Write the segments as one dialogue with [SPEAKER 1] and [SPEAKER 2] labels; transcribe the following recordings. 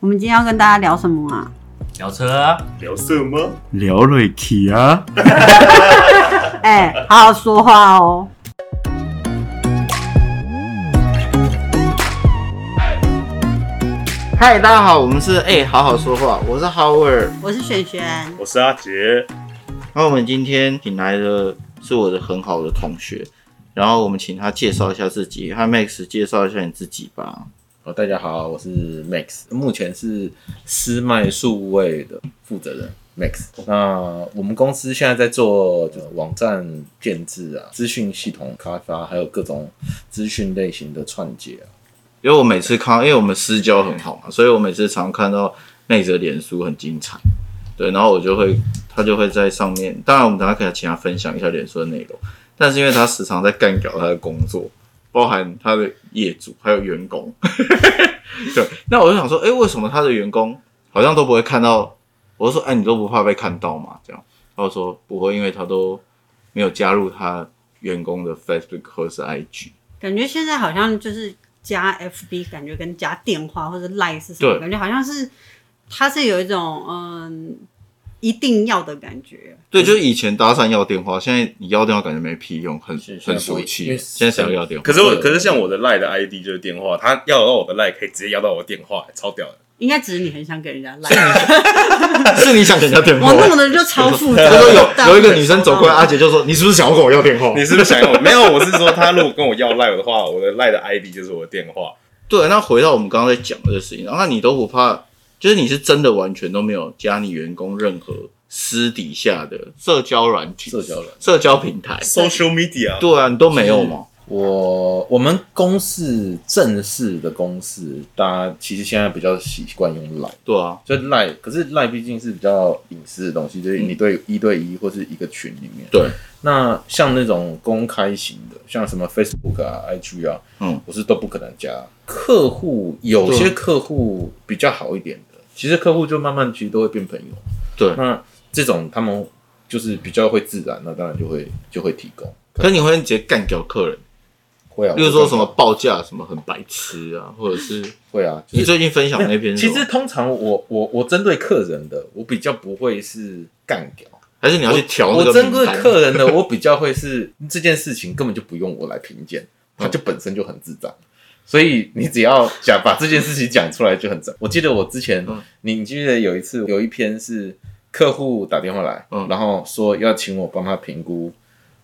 [SPEAKER 1] 我们今天要跟大家聊什么 啊？
[SPEAKER 2] 聊车，
[SPEAKER 3] 聊色吗？
[SPEAKER 4] 聊瑞奇啊，
[SPEAKER 1] 哎、好好说话哦。
[SPEAKER 5] 嗨，大家好，我们是哎、好好说话，我是 Howard，
[SPEAKER 1] 我是璇璇，
[SPEAKER 3] 我是阿杰，
[SPEAKER 5] 那我们今天请来的是我的很好的同学，然后我们请他介绍一下自己，和 Max 介绍一下你自己吧。
[SPEAKER 6] 哦，大家好，我是 Max，目前是思迈数位的负责人 Max。那我们公司现在在做就是网站建制啊、资讯系统开发，还有各种资讯类型的串接啊。
[SPEAKER 5] 因为我每次看，因为我们私交很好嘛，所以我每次常看到 Max 的脸书很精彩，对，然后我就会他就会在上面，当然我们等下可以请他分享一下脸书的内容，但是因为他时常在干掉他的工作，包含他的业主还有员工， 对，那我就想说，哎、为什么他的员工好像都不会看到？我就说，哎、你都不怕被看到吗？这样，他就说不会，因为他都没有加入他员工的 Facebook 或是 IG。
[SPEAKER 1] 感觉现在好像就是加 FB，感觉跟加电话或者 Line 是什么，
[SPEAKER 5] 对
[SPEAKER 1] 感觉好像是它是有一种嗯一定要的感觉。
[SPEAKER 5] 对，就是以前搭讪要电话，现在你要电话感觉没屁用，很
[SPEAKER 6] 是现在
[SPEAKER 5] 很
[SPEAKER 6] 不
[SPEAKER 5] 俗
[SPEAKER 6] 因
[SPEAKER 5] 气。
[SPEAKER 6] 为
[SPEAKER 5] 现在谁要要电话？
[SPEAKER 3] 可是我，
[SPEAKER 6] 对
[SPEAKER 3] 可是像我的赖的 ID 就是电话，他要到我的赖可以直接要到我电话，超屌的。
[SPEAKER 1] 应该只是你很想给人家 Line，
[SPEAKER 5] 是你想给人家电话
[SPEAKER 1] 我？弄的就超复杂。
[SPEAKER 5] 他说
[SPEAKER 1] 大
[SPEAKER 5] 有
[SPEAKER 1] 家
[SPEAKER 5] 有一个
[SPEAKER 1] 都
[SPEAKER 5] 女生
[SPEAKER 1] 收到
[SPEAKER 5] 走过来，啊阿杰就说：“你是不是想要跟我要电话
[SPEAKER 3] 你是不是想要我？没有，我是说他如果跟我要赖的话，我的赖的 ID 就是我的电话。？”
[SPEAKER 5] 对，那回到我们刚刚在讲的这个事情，然后你都不怕，就是你是真的完全都没有加你员工任何私底下的社交软体、
[SPEAKER 6] 社交软
[SPEAKER 5] 社交平台，
[SPEAKER 3] Social media，
[SPEAKER 5] 对啊，你都没有吗？
[SPEAKER 6] 我我们公式正式的公式，大家其实现在比较习惯用 Line，
[SPEAKER 5] 对啊，
[SPEAKER 6] 所以 Line 可是 Line 毕竟是比较隐私的东西，就是你对一对一或是一个群里面。
[SPEAKER 5] 对，
[SPEAKER 6] 那像那种公开型的，像什么 Facebook 啊、IG 啊，
[SPEAKER 5] 嗯，
[SPEAKER 6] 我是都不可能加。客户有些客户比较好一点的，其实客户就慢慢其实都会变朋友。
[SPEAKER 5] 对
[SPEAKER 6] 那这种他们就是比较会自然，那当然就会就会提供。
[SPEAKER 5] 可是你会直接干掉客人，
[SPEAKER 6] 会啊，
[SPEAKER 5] 例如说什么报价什么很白痴啊，或者是
[SPEAKER 6] 会啊，就
[SPEAKER 5] 你
[SPEAKER 6] 是
[SPEAKER 5] 最近分享那篇是
[SPEAKER 6] 其
[SPEAKER 5] 什么，
[SPEAKER 6] 实通常我我我针对客人的，我比较不会是干掉。
[SPEAKER 5] 还是你要去调那
[SPEAKER 6] 我
[SPEAKER 5] 个
[SPEAKER 6] 针
[SPEAKER 5] 名
[SPEAKER 6] 对
[SPEAKER 5] 单
[SPEAKER 6] 客人的，我比较会是这件事情根本就不用我来评鉴，他就本身就很智障。所以你只要讲把这件事情讲出来就很正。我记得我之前，
[SPEAKER 5] 嗯
[SPEAKER 6] 你你记得有一次有一篇是客户打电话来，
[SPEAKER 5] 嗯
[SPEAKER 6] 然后说要请我帮他评估，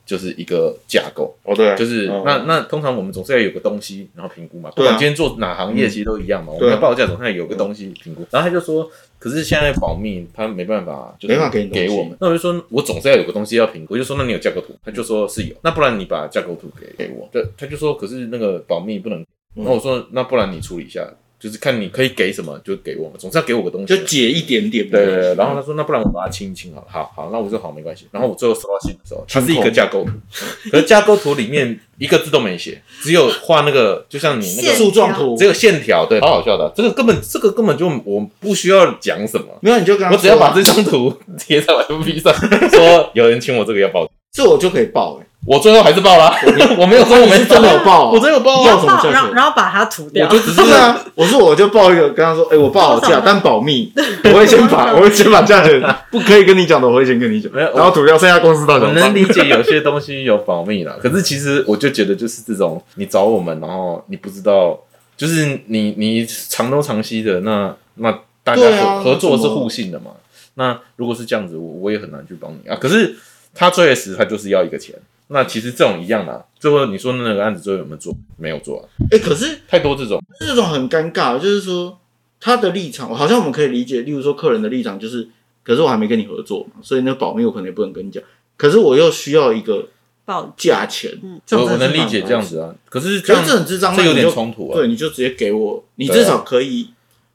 [SPEAKER 6] 就是一个架构，
[SPEAKER 3] 哦对
[SPEAKER 6] 就是、
[SPEAKER 3] 嗯
[SPEAKER 6] 那那通常我们总是要有个东西，然后评估嘛。不
[SPEAKER 5] 对啊
[SPEAKER 6] 管今天做哪行业，其实都一样嘛。我
[SPEAKER 5] 对
[SPEAKER 6] 们
[SPEAKER 5] 啊
[SPEAKER 6] 的报价总是要有个东西评估。然后他就说，可是现在保密，他没办法，就是
[SPEAKER 5] 没办法给你东西
[SPEAKER 6] 给我们。那我就说，我总是要有个东西要评估。我就说，那你有架构图？他就说是有。那不然你把架构图给给我。对，他就说，可是那个保密不能。
[SPEAKER 5] 嗯
[SPEAKER 6] 那我说，那不然你处理一下，就是看你可以给什么就给我们，总是要给我个东西
[SPEAKER 5] 就嗯
[SPEAKER 6] 嘛。
[SPEAKER 5] 解一点点，
[SPEAKER 6] 对对对，然后他说那不然我把它清一清好了，好好，那我说好没关系。然后我最后收到信的时候，它是一个架构图， 可是架构图里面一个字都没写，只有画那个就像你那
[SPEAKER 1] 线
[SPEAKER 6] 个
[SPEAKER 5] 树状图
[SPEAKER 6] 只有线条，对，好好笑的，这个根本这个根本就我不需要讲什么，
[SPEAKER 5] 没有你就跟他
[SPEAKER 6] 我
[SPEAKER 5] 说啊
[SPEAKER 6] 只要把这张图 贴在我 FB 上，说有人请我这个要报，
[SPEAKER 5] 这我就可以报哎，
[SPEAKER 6] 我最后还是报啦， 我没有说我
[SPEAKER 5] 你
[SPEAKER 6] 没
[SPEAKER 5] 是真的有报啊，
[SPEAKER 6] 我真的有报
[SPEAKER 5] 你
[SPEAKER 6] 啊
[SPEAKER 5] 要什么价
[SPEAKER 1] 然后
[SPEAKER 5] 钱？
[SPEAKER 1] 然后把它涂掉
[SPEAKER 6] 我，就只是
[SPEAKER 5] 对啊，我说我就报一个，跟他说，哎，我报好
[SPEAKER 1] 多少
[SPEAKER 5] 价，
[SPEAKER 1] 呢
[SPEAKER 5] 但保密，我会先 把，我会先把价钱，不可以跟你讲的，我会先跟你讲，
[SPEAKER 6] 没有我
[SPEAKER 5] 然后涂掉，剩下公司到底
[SPEAKER 6] 我
[SPEAKER 5] 怎么办
[SPEAKER 6] 能理解有些东西有保密啦，可是其实我就觉得就是这种，你找我们，然后你不知道，就是你你长东长西的，那那大家
[SPEAKER 5] 对
[SPEAKER 6] 合、
[SPEAKER 5] 啊
[SPEAKER 6] 合作是
[SPEAKER 5] 怎么
[SPEAKER 6] 互信的嘛。那如果是这样子，我我也很难去帮你啊。可是他确实他就是要一个钱，那其实这种一样啦。最后你说那个案子最后有没有做？没有做、啊，
[SPEAKER 5] 哎，可是
[SPEAKER 6] 太多这种。
[SPEAKER 5] 这种很尴尬，就是说他的立场，好像我们可以理解，例如说客人的立场就是，可是我还没跟你合作嘛，所以那保密我可能也不能跟你讲，可是我又需要一个
[SPEAKER 1] 报
[SPEAKER 5] 价钱，这
[SPEAKER 6] 我
[SPEAKER 5] 样
[SPEAKER 6] 我
[SPEAKER 5] 真的
[SPEAKER 6] 能
[SPEAKER 5] 是
[SPEAKER 6] 理解
[SPEAKER 5] 蛮
[SPEAKER 6] 这样子啊，可是
[SPEAKER 5] 可
[SPEAKER 6] 这样
[SPEAKER 5] 是这很智障，
[SPEAKER 6] 这有
[SPEAKER 5] 那你
[SPEAKER 6] 点
[SPEAKER 5] 就
[SPEAKER 6] 冲突啊。
[SPEAKER 5] 对，你就直接给我，你
[SPEAKER 6] 对啊
[SPEAKER 5] 至少可以，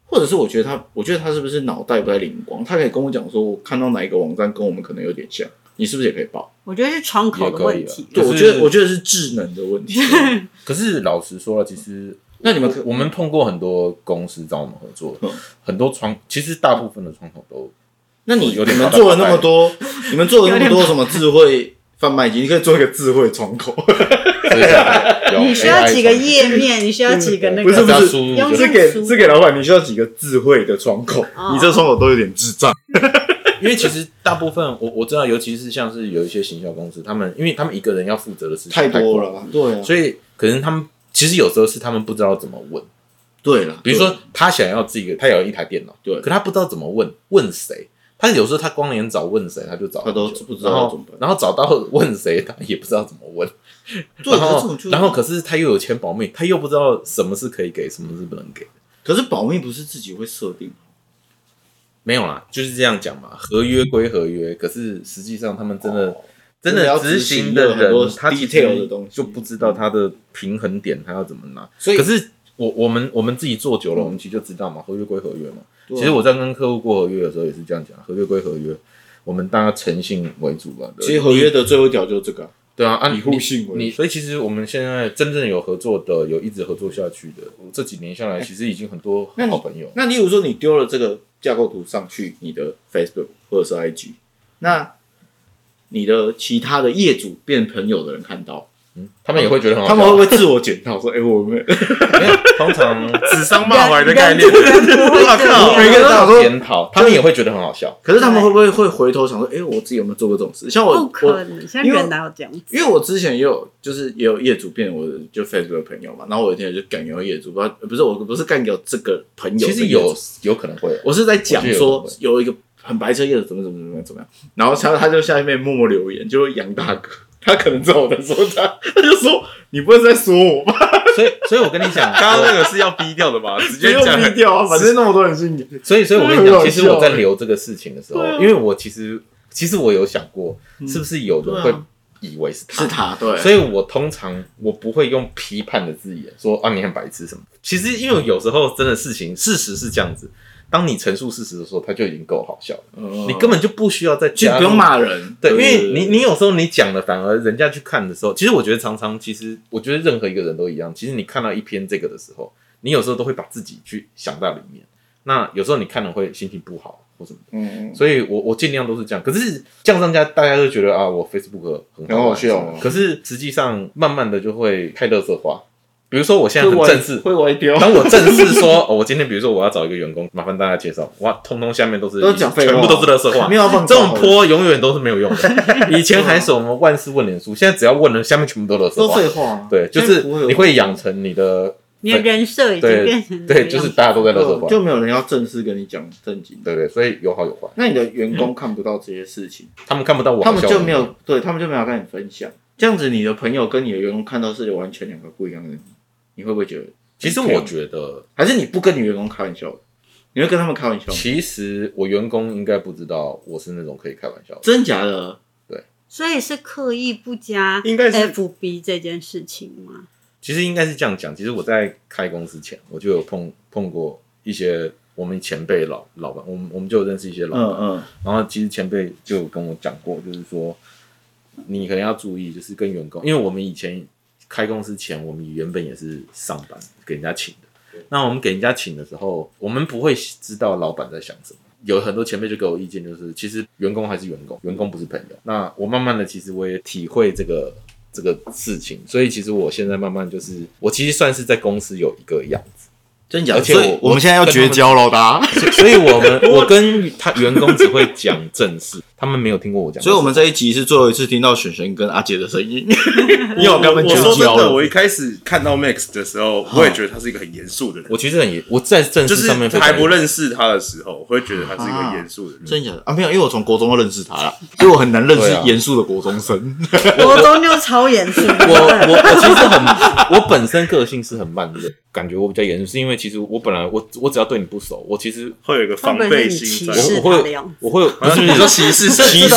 [SPEAKER 5] 或者是我觉得他，我觉得他是不是脑袋不太灵光？他可以跟我讲说，我看到哪一个网站跟我们可能有点像，你是不是也可以报？
[SPEAKER 1] 我觉得是窗口的问
[SPEAKER 6] 也
[SPEAKER 1] 题。
[SPEAKER 5] 对，
[SPEAKER 6] 可
[SPEAKER 5] 我
[SPEAKER 6] 是
[SPEAKER 5] 觉得我觉得是智能的 问题。
[SPEAKER 6] 可是老实说了，其实
[SPEAKER 5] 那你们可
[SPEAKER 6] 我们碰过很多公司找我们合作，
[SPEAKER 5] 嗯
[SPEAKER 6] 很多窗，其实大 部分的窗口都
[SPEAKER 5] 那你
[SPEAKER 6] 有
[SPEAKER 5] 你
[SPEAKER 6] 点
[SPEAKER 5] 们
[SPEAKER 6] 脑袋
[SPEAKER 5] 做了那么多，你们做了那么多什么智慧贩卖机，你可以做一个智慧窗口，
[SPEAKER 6] 所以啊有
[SPEAKER 1] 你需要
[SPEAKER 6] AI
[SPEAKER 1] 几个页面，你需要几个那
[SPEAKER 5] 不是
[SPEAKER 1] 个
[SPEAKER 5] 不
[SPEAKER 6] 只要
[SPEAKER 5] 是，
[SPEAKER 6] 输入
[SPEAKER 1] 用
[SPEAKER 6] 就是
[SPEAKER 1] 用
[SPEAKER 5] 给
[SPEAKER 1] 输
[SPEAKER 5] 是给老板，你需要几个智慧的窗口，
[SPEAKER 1] 哦
[SPEAKER 5] 你这窗口都有点智障。
[SPEAKER 6] 因为其实大部分我我知道，尤其是像是有一些行销公司，他们因为他们一个人要负责的事情
[SPEAKER 5] 太多
[SPEAKER 6] 多
[SPEAKER 5] 了，吧？对啊，
[SPEAKER 6] 所以可能他们其实有时候是他们不知道怎么问。
[SPEAKER 5] 对了，
[SPEAKER 6] 比如说他想要自己，他有一台电脑，
[SPEAKER 5] 对
[SPEAKER 6] 可他不知道怎么问，问谁？他有时候他光连找问谁，他就找很
[SPEAKER 5] 他都
[SPEAKER 6] 久
[SPEAKER 5] 不知道
[SPEAKER 6] 然后
[SPEAKER 5] 要怎么办
[SPEAKER 6] 然后找到问谁，他也不知道怎么问。
[SPEAKER 5] 对，
[SPEAKER 6] 然
[SPEAKER 5] 可是这
[SPEAKER 6] 后
[SPEAKER 5] 种就
[SPEAKER 6] 然后可是他又有签保密，他又不知道什么是可以给，什么是不能给。
[SPEAKER 5] 可是保密不是自己会设定，
[SPEAKER 6] 没有啦，就是这样讲嘛。合约归合约，可是实际上他们真的、
[SPEAKER 5] 哦
[SPEAKER 6] 真
[SPEAKER 5] 真的要
[SPEAKER 6] 的
[SPEAKER 5] 执
[SPEAKER 6] 执
[SPEAKER 5] 行有
[SPEAKER 6] 行的
[SPEAKER 5] 很多
[SPEAKER 6] 人，他其
[SPEAKER 5] detail
[SPEAKER 6] 实
[SPEAKER 5] 的东西嗯
[SPEAKER 6] 就不知道他的平衡点，他要怎么拿。
[SPEAKER 5] 所以
[SPEAKER 6] 可是我我们我们自己做久了，我们其实就知道嘛，合约归合约嘛。
[SPEAKER 5] 对啊
[SPEAKER 6] 其实我在跟客户过合约的时候也是这样讲，合约归合约，我们大家诚信为主吧。对
[SPEAKER 5] 其实合约的最后一条就是这个啊，
[SPEAKER 6] 对啊，啊
[SPEAKER 5] 以互信为主
[SPEAKER 6] 你你所以其实我们现在真正有合作的，有一直合作下去的，我这几年下来，其实已经很多
[SPEAKER 5] 那你
[SPEAKER 6] 好朋友。
[SPEAKER 5] 那例如说你丢了这个架构图上去你的 Facebook 或者是 IG，那你的其他的业主变朋友的人看到，
[SPEAKER 6] 他们也会觉得很好
[SPEAKER 5] 他
[SPEAKER 6] 笑，
[SPEAKER 5] 们会 不会自我检讨说：“哎、我们
[SPEAKER 6] 因为通常
[SPEAKER 3] 指桑骂槐的概念
[SPEAKER 1] 人。 人不会这样
[SPEAKER 5] 我靠每个人都想说
[SPEAKER 6] 检讨，他们也会觉得很好笑。
[SPEAKER 5] 可是他们会不会会回头想说：‘哎、我自己有没有做过这种事？’像我，
[SPEAKER 1] 不
[SPEAKER 5] 我
[SPEAKER 1] 可能，现在
[SPEAKER 5] 因为
[SPEAKER 1] 人哪有这样子？
[SPEAKER 5] 因为我之前也有，就是也有业主变我的就 Facebook 的朋友嘛，然后我有一天就干掉业主，不知道不是我不是干掉这个朋友，
[SPEAKER 6] 其实有，有可能会啊有，
[SPEAKER 5] 我是在讲
[SPEAKER 6] 我觉得有
[SPEAKER 5] 说
[SPEAKER 6] 可能
[SPEAKER 5] 有一个很白痴的业主怎么怎么怎么样怎么样，然后他他就下面默默留言，就是杨大哥， 他可能知道我在说他， 他就说你不会在说我 吧，
[SPEAKER 6] 所以所以我跟你讲，
[SPEAKER 3] 刚刚那个是要逼掉的吧？直接
[SPEAKER 5] 不用
[SPEAKER 3] 讲
[SPEAKER 5] 低掉啊，反正那么多人信你，
[SPEAKER 6] 所以，所以我跟你
[SPEAKER 5] 真的很
[SPEAKER 6] 讲，
[SPEAKER 5] 好
[SPEAKER 6] 其实我
[SPEAKER 5] 笑
[SPEAKER 6] 在留这个事情的时候，
[SPEAKER 3] 啊
[SPEAKER 6] 因为我其实其实我有想过，
[SPEAKER 3] 嗯
[SPEAKER 6] 是不是有人
[SPEAKER 5] 对
[SPEAKER 6] 会
[SPEAKER 5] 啊
[SPEAKER 6] 以为是他，
[SPEAKER 5] 是 他对，
[SPEAKER 6] 所以我通常我不会用批判的字眼说啊你很白痴什么。其实因为有时候真的事情事实是这样子，当你陈述事实的时候，它就已经够好笑了，
[SPEAKER 5] 你
[SPEAKER 6] 你根本就不需要再
[SPEAKER 5] 就
[SPEAKER 6] 加入
[SPEAKER 5] 不用。骂人，
[SPEAKER 6] 嗯对，因为你你有时候你讲了，反而人家去看的时候，其实我觉得常常，其实我觉得任何一个人都一样，其实你看到一篇这个的时候，你有时候都会把自己去想到里面。那有时候你看了会心情不好或什么的，
[SPEAKER 5] 嗯，
[SPEAKER 6] 所以我我尽量都是这样。可是这样让大家大家都觉得啊，我 Facebook 很
[SPEAKER 5] 很
[SPEAKER 6] 好
[SPEAKER 5] 好
[SPEAKER 6] 玩
[SPEAKER 5] 笑哦
[SPEAKER 6] 可是实际上慢慢的就会太乐色化。比如说我现在
[SPEAKER 5] 会
[SPEAKER 6] 很
[SPEAKER 5] 歪
[SPEAKER 6] 正式，
[SPEAKER 5] 会歪掉，
[SPEAKER 6] 当我正式说， 哦我今天比如说我要找一个员工，麻烦大家介绍，哇，通通下面都是
[SPEAKER 5] 都讲废话
[SPEAKER 6] 全部都是乐色话
[SPEAKER 5] 没。有要放
[SPEAKER 6] 这种
[SPEAKER 5] 高
[SPEAKER 6] 坡永远都是没有用的。以前还是我们万事问脸书，现在只要问了，下面全部都乐色
[SPEAKER 5] 都
[SPEAKER 6] 话
[SPEAKER 5] 废。话啊，
[SPEAKER 6] 对，就
[SPEAKER 5] 现在
[SPEAKER 6] 是
[SPEAKER 5] 不会有
[SPEAKER 6] 你会养成你的
[SPEAKER 1] 你的人设已经变成
[SPEAKER 6] 对对，就是大家都在乐色
[SPEAKER 5] 就
[SPEAKER 6] 话，
[SPEAKER 5] 就没有人要正式跟你讲正经的。
[SPEAKER 6] 对对，所以有好有坏，
[SPEAKER 5] 那你的员工看不到这些事情，
[SPEAKER 6] 他们看不到我，
[SPEAKER 5] 他们就没有对他们就没有跟你分享。这样子，你的朋友跟你的员工看到是完全两个不一样的你，你会不会觉得？
[SPEAKER 6] 其实我觉得，
[SPEAKER 5] 还是你不跟你员工开玩笑的，你会跟他们开玩笑吗？
[SPEAKER 6] 其实我员工应该不知道我是那种可以开玩笑的。
[SPEAKER 5] 真假的？
[SPEAKER 1] 所以是刻意不加
[SPEAKER 3] 应该是
[SPEAKER 1] FB 这件事情吗？
[SPEAKER 6] 其实应该是这样讲，其实我在开工之前，我就有碰碰过一些我们前辈老老板，我们我们就有认识一些老板，
[SPEAKER 5] 嗯嗯，
[SPEAKER 6] 然后其实前辈就有跟我讲过，就是说你可能要注意，就是跟员工，因为我们以前开公司前，我们原本也是上班给人家请的。那我们给人家请的时候，我们不会知道老板在想什么。有很多前辈就给我意见，就是其实员工还是员工，员工不是朋友。那我慢慢的，其实我也体会这个这个事情，所以其实我现在慢慢就是，我其实算是在公司有一个样子。
[SPEAKER 5] 真假的？
[SPEAKER 6] 而且
[SPEAKER 5] 所以
[SPEAKER 6] 我
[SPEAKER 4] 我们现在要绝交了，大家。
[SPEAKER 6] 所以所以我们我跟他员工只会讲正事，他们没有听过我讲正事。
[SPEAKER 5] 所以我们这一集是最后一次听到璇璇跟阿杰的声音。
[SPEAKER 3] 我
[SPEAKER 5] 要跟他们
[SPEAKER 3] 我说
[SPEAKER 5] 绝
[SPEAKER 3] 真
[SPEAKER 5] 交了
[SPEAKER 3] 的，我一开始看到 Max 的时候，我也觉得他是一个很严肃的人。
[SPEAKER 6] 我其实很严，我在正
[SPEAKER 3] 就
[SPEAKER 6] 式
[SPEAKER 3] 是
[SPEAKER 6] 上面非常
[SPEAKER 3] 还不认识他的时候，我会觉得他是一个严肃的人。
[SPEAKER 5] 真假的啊？没有，因为我从国中就认识他了，所以我很难认识
[SPEAKER 6] 对啊
[SPEAKER 5] 严肃的国中生。
[SPEAKER 1] 国中就超严肃，
[SPEAKER 6] 我我我其实很，我本身个性是很慢热，感觉我比较严肃，是因为其实我本来我我只要对你不熟，我其实
[SPEAKER 3] 会有一个防备心在
[SPEAKER 1] 会不会。是你歧视
[SPEAKER 6] 我我
[SPEAKER 1] 他的
[SPEAKER 6] 会
[SPEAKER 1] 样子
[SPEAKER 6] 我会不是
[SPEAKER 3] 你说歧视是
[SPEAKER 6] 歧视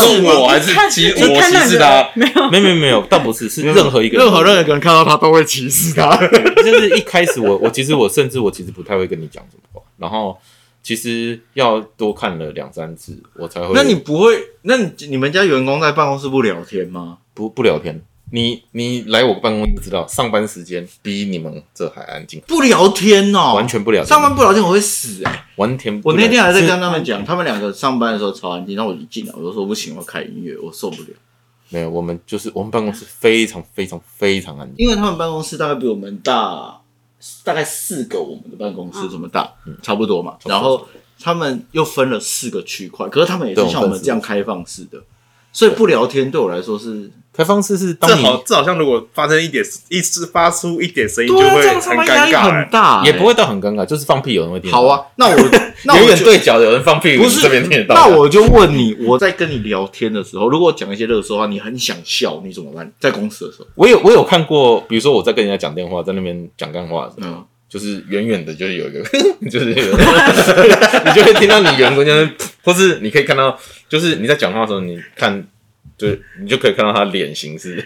[SPEAKER 6] 我
[SPEAKER 3] 还是歧
[SPEAKER 1] 你看到你的？没有
[SPEAKER 6] 没有没有没有，倒不是是任何一个人
[SPEAKER 5] 任何任何一个人看到他都会歧视他。
[SPEAKER 6] 就是一开始我我其实我甚至我其实不太会跟你讲什么话，然后其实要多看了两三次我才会。
[SPEAKER 5] 那你不会？那你你们家员工在办公室不聊天吗？
[SPEAKER 6] 不不聊天，你你来我办公室就知道，上班时间比你们这还安静，
[SPEAKER 5] 不聊天哦，
[SPEAKER 6] 完全不聊天，
[SPEAKER 5] 上班不聊天我会死哎、
[SPEAKER 6] 完全不
[SPEAKER 5] 我
[SPEAKER 6] 聊
[SPEAKER 5] 那天还在
[SPEAKER 6] 是
[SPEAKER 5] 跟他们讲，他们两个上班的时候超安静，然后我一进来我就说不行，我要开音乐，我受不了。
[SPEAKER 6] 没有，我们就是我们办公室非常非常非常安静。
[SPEAKER 5] 因为他们办公室大概比我们大，大概四个我们的办公室这么大，差不多嘛。
[SPEAKER 6] 嗯多
[SPEAKER 5] 然后他们又分了四个区块，可是他们也
[SPEAKER 6] 对
[SPEAKER 5] 是像
[SPEAKER 6] 我们
[SPEAKER 5] 我们这样开放式的，所以不聊天对我来说是
[SPEAKER 6] 开放式是当
[SPEAKER 3] 这
[SPEAKER 6] 你
[SPEAKER 3] 好这好像如果发生一点一是发出一点声音就
[SPEAKER 5] 对啊，
[SPEAKER 3] 会
[SPEAKER 5] 这样他
[SPEAKER 3] 很
[SPEAKER 5] 们压
[SPEAKER 3] 尴
[SPEAKER 5] 力
[SPEAKER 3] 尬、欸
[SPEAKER 5] 很。大、
[SPEAKER 6] 也不会到很尴尬，就是放屁有人会听。
[SPEAKER 5] 好，啊。那我 那
[SPEAKER 6] 永
[SPEAKER 5] 我
[SPEAKER 6] 远
[SPEAKER 5] 就
[SPEAKER 6] 对角的有人放屁，
[SPEAKER 5] 不
[SPEAKER 6] 我们
[SPEAKER 5] 是
[SPEAKER 6] 这边听得到。
[SPEAKER 5] 那我就问你，我在跟你聊天的时候，如果讲一些热搜话，你很想笑，你怎么办？在公司的时候，
[SPEAKER 6] 我有我有看过，比如说我在跟人家讲电话，在那边讲干话的时候，
[SPEAKER 5] 嗯，
[SPEAKER 6] 就是远远的，就是有一个， 就是有一个 你就会听到你员工就是，或是你可以看到，就是你在讲话的时候，你看，就是你就可以看到他脸型是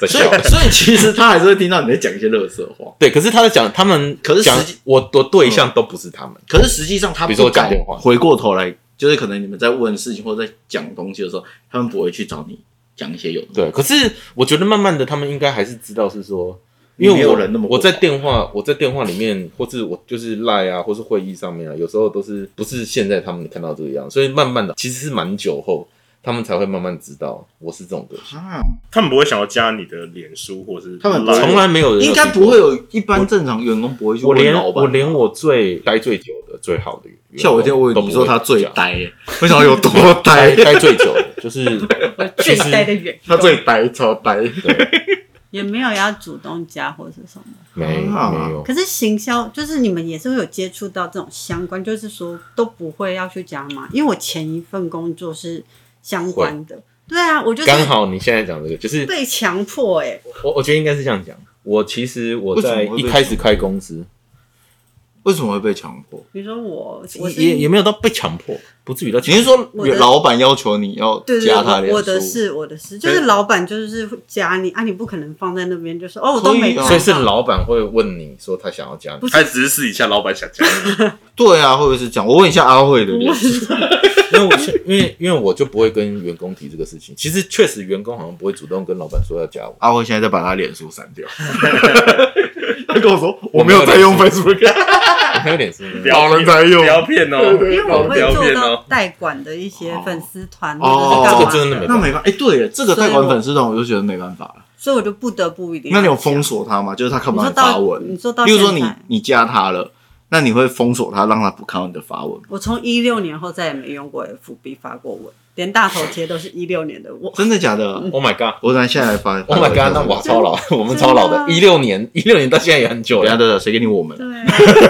[SPEAKER 6] 在
[SPEAKER 5] 所以
[SPEAKER 6] 笑。
[SPEAKER 5] 所以其实他还是会听到你在讲一些热色话，
[SPEAKER 6] 对，可是他在讲他们
[SPEAKER 5] 可是
[SPEAKER 6] 讲
[SPEAKER 5] 实际
[SPEAKER 6] 我我对象都不是他们，
[SPEAKER 5] 可是实际上他
[SPEAKER 6] 比如说
[SPEAKER 5] 不
[SPEAKER 6] 我讲
[SPEAKER 5] 敢
[SPEAKER 6] 电话
[SPEAKER 5] 回过头来，就是可能你们在问事情或者在讲东西的时候，他们不会去找你讲一些有的。
[SPEAKER 6] 对。可是我觉得慢慢的，他们应该还是知道是说，因
[SPEAKER 5] 没
[SPEAKER 6] 为
[SPEAKER 5] 有
[SPEAKER 6] 我
[SPEAKER 5] 人那么
[SPEAKER 6] 我
[SPEAKER 5] 火
[SPEAKER 6] 在电话我在电话里面，或是我就是赖啊，或是会议上面啊，有时候都是不是现在他们看到这个样，所以慢慢的其实是蛮久后，他们才会慢慢知道我是这种个性。
[SPEAKER 5] 啊，
[SPEAKER 3] 他们不会想要加你的脸书或是
[SPEAKER 5] 他们
[SPEAKER 3] Line
[SPEAKER 6] 从来没有人有
[SPEAKER 5] 嗯应该
[SPEAKER 6] 提过
[SPEAKER 5] 不会有一般正常员工不会去
[SPEAKER 6] 我
[SPEAKER 5] 问
[SPEAKER 6] 连
[SPEAKER 5] 老
[SPEAKER 6] 我
[SPEAKER 5] 板。
[SPEAKER 6] 连我最待最久的最好的员工
[SPEAKER 5] 像我今天问
[SPEAKER 6] 都
[SPEAKER 5] 你
[SPEAKER 6] 不
[SPEAKER 5] 说
[SPEAKER 6] 会
[SPEAKER 5] 他最
[SPEAKER 6] 讲
[SPEAKER 5] 呆、欸，我想有多
[SPEAKER 6] 待
[SPEAKER 5] 呆？
[SPEAKER 6] 待最久的就是
[SPEAKER 1] 最待的远，
[SPEAKER 5] 他最呆，超呆。
[SPEAKER 1] 也没有要主动加或是什么。
[SPEAKER 6] 没
[SPEAKER 5] 啊
[SPEAKER 6] 没有
[SPEAKER 1] 可是行销就是你们也是会有接触到这种相关，就是说都不会要去加嘛，因为我前一份工作是相关的，对啊，我就是
[SPEAKER 6] 刚好你现在讲这个，就是
[SPEAKER 1] 被强迫哎、
[SPEAKER 6] 我我觉得应该是这样讲。我其实我在
[SPEAKER 5] 为什么会
[SPEAKER 6] 一
[SPEAKER 5] 被
[SPEAKER 6] 开始开公司，
[SPEAKER 5] 为什么会被强迫？
[SPEAKER 1] 比如说我，我是
[SPEAKER 6] 也也没有到被强迫，不至于到强
[SPEAKER 5] 你是说
[SPEAKER 1] 我的
[SPEAKER 5] 老板要求你要
[SPEAKER 1] 对对对，
[SPEAKER 5] 加他脸
[SPEAKER 1] 我
[SPEAKER 5] 书？
[SPEAKER 1] 我的是我的是，就是老板就是会加你啊，你不可能放在那边就说哦，我都
[SPEAKER 5] 所以
[SPEAKER 1] 没看
[SPEAKER 5] 啊
[SPEAKER 1] 到，
[SPEAKER 6] 迫，所以是老板会问你说他想要加你，
[SPEAKER 3] 他只是私底下老板想加你，
[SPEAKER 5] 对啊，会不会是这样？我问一下阿慧的脸书，
[SPEAKER 6] 因为我是因为因为我就不会跟员工提这个事情。其实确实员工好像不会主动跟老板说要加我，
[SPEAKER 5] 阿慧现在在把他脸书删掉。他跟我说我
[SPEAKER 6] 没
[SPEAKER 5] 没
[SPEAKER 6] 有
[SPEAKER 5] 有在用
[SPEAKER 6] 脸
[SPEAKER 5] Facebook，
[SPEAKER 6] 我有点是
[SPEAKER 3] 不要
[SPEAKER 5] 老人在用
[SPEAKER 3] 不。要骗哦、
[SPEAKER 1] 因为我
[SPEAKER 3] 不
[SPEAKER 1] 会
[SPEAKER 3] 要
[SPEAKER 1] 做
[SPEAKER 3] 骗
[SPEAKER 1] 到
[SPEAKER 3] 哦、
[SPEAKER 1] 代管的一些粉丝团或者是
[SPEAKER 5] 哦
[SPEAKER 1] 干嘛
[SPEAKER 6] 这个真的没
[SPEAKER 5] 那没办法，哎，对了，这个
[SPEAKER 1] 所以
[SPEAKER 5] 贷
[SPEAKER 1] 我
[SPEAKER 5] 款粉丝团我就觉得没办法了。
[SPEAKER 1] 所以我就不得不一定。
[SPEAKER 5] 那你有封？锁他吗？就是他看不
[SPEAKER 1] 你
[SPEAKER 5] 到
[SPEAKER 1] 啊说
[SPEAKER 5] 你发
[SPEAKER 1] 到
[SPEAKER 5] 文，
[SPEAKER 1] 你说到
[SPEAKER 5] 例如说
[SPEAKER 1] 现
[SPEAKER 5] 你
[SPEAKER 1] 在
[SPEAKER 5] 你加他了，那你会封锁他，让他不看到你的发文吗？
[SPEAKER 1] 我从一六年后再也没用过 FB 发过文，连大头贴都是一六年的我。
[SPEAKER 5] 真的假的？
[SPEAKER 6] Oh my god！
[SPEAKER 5] 我等一下来发。
[SPEAKER 6] Oh my god！那我超老，我们超老的，
[SPEAKER 1] 真
[SPEAKER 6] 一六年，一六年到现在也很久
[SPEAKER 5] 等一下
[SPEAKER 6] 了。
[SPEAKER 5] 等等，谁给你我们？
[SPEAKER 1] 对啊，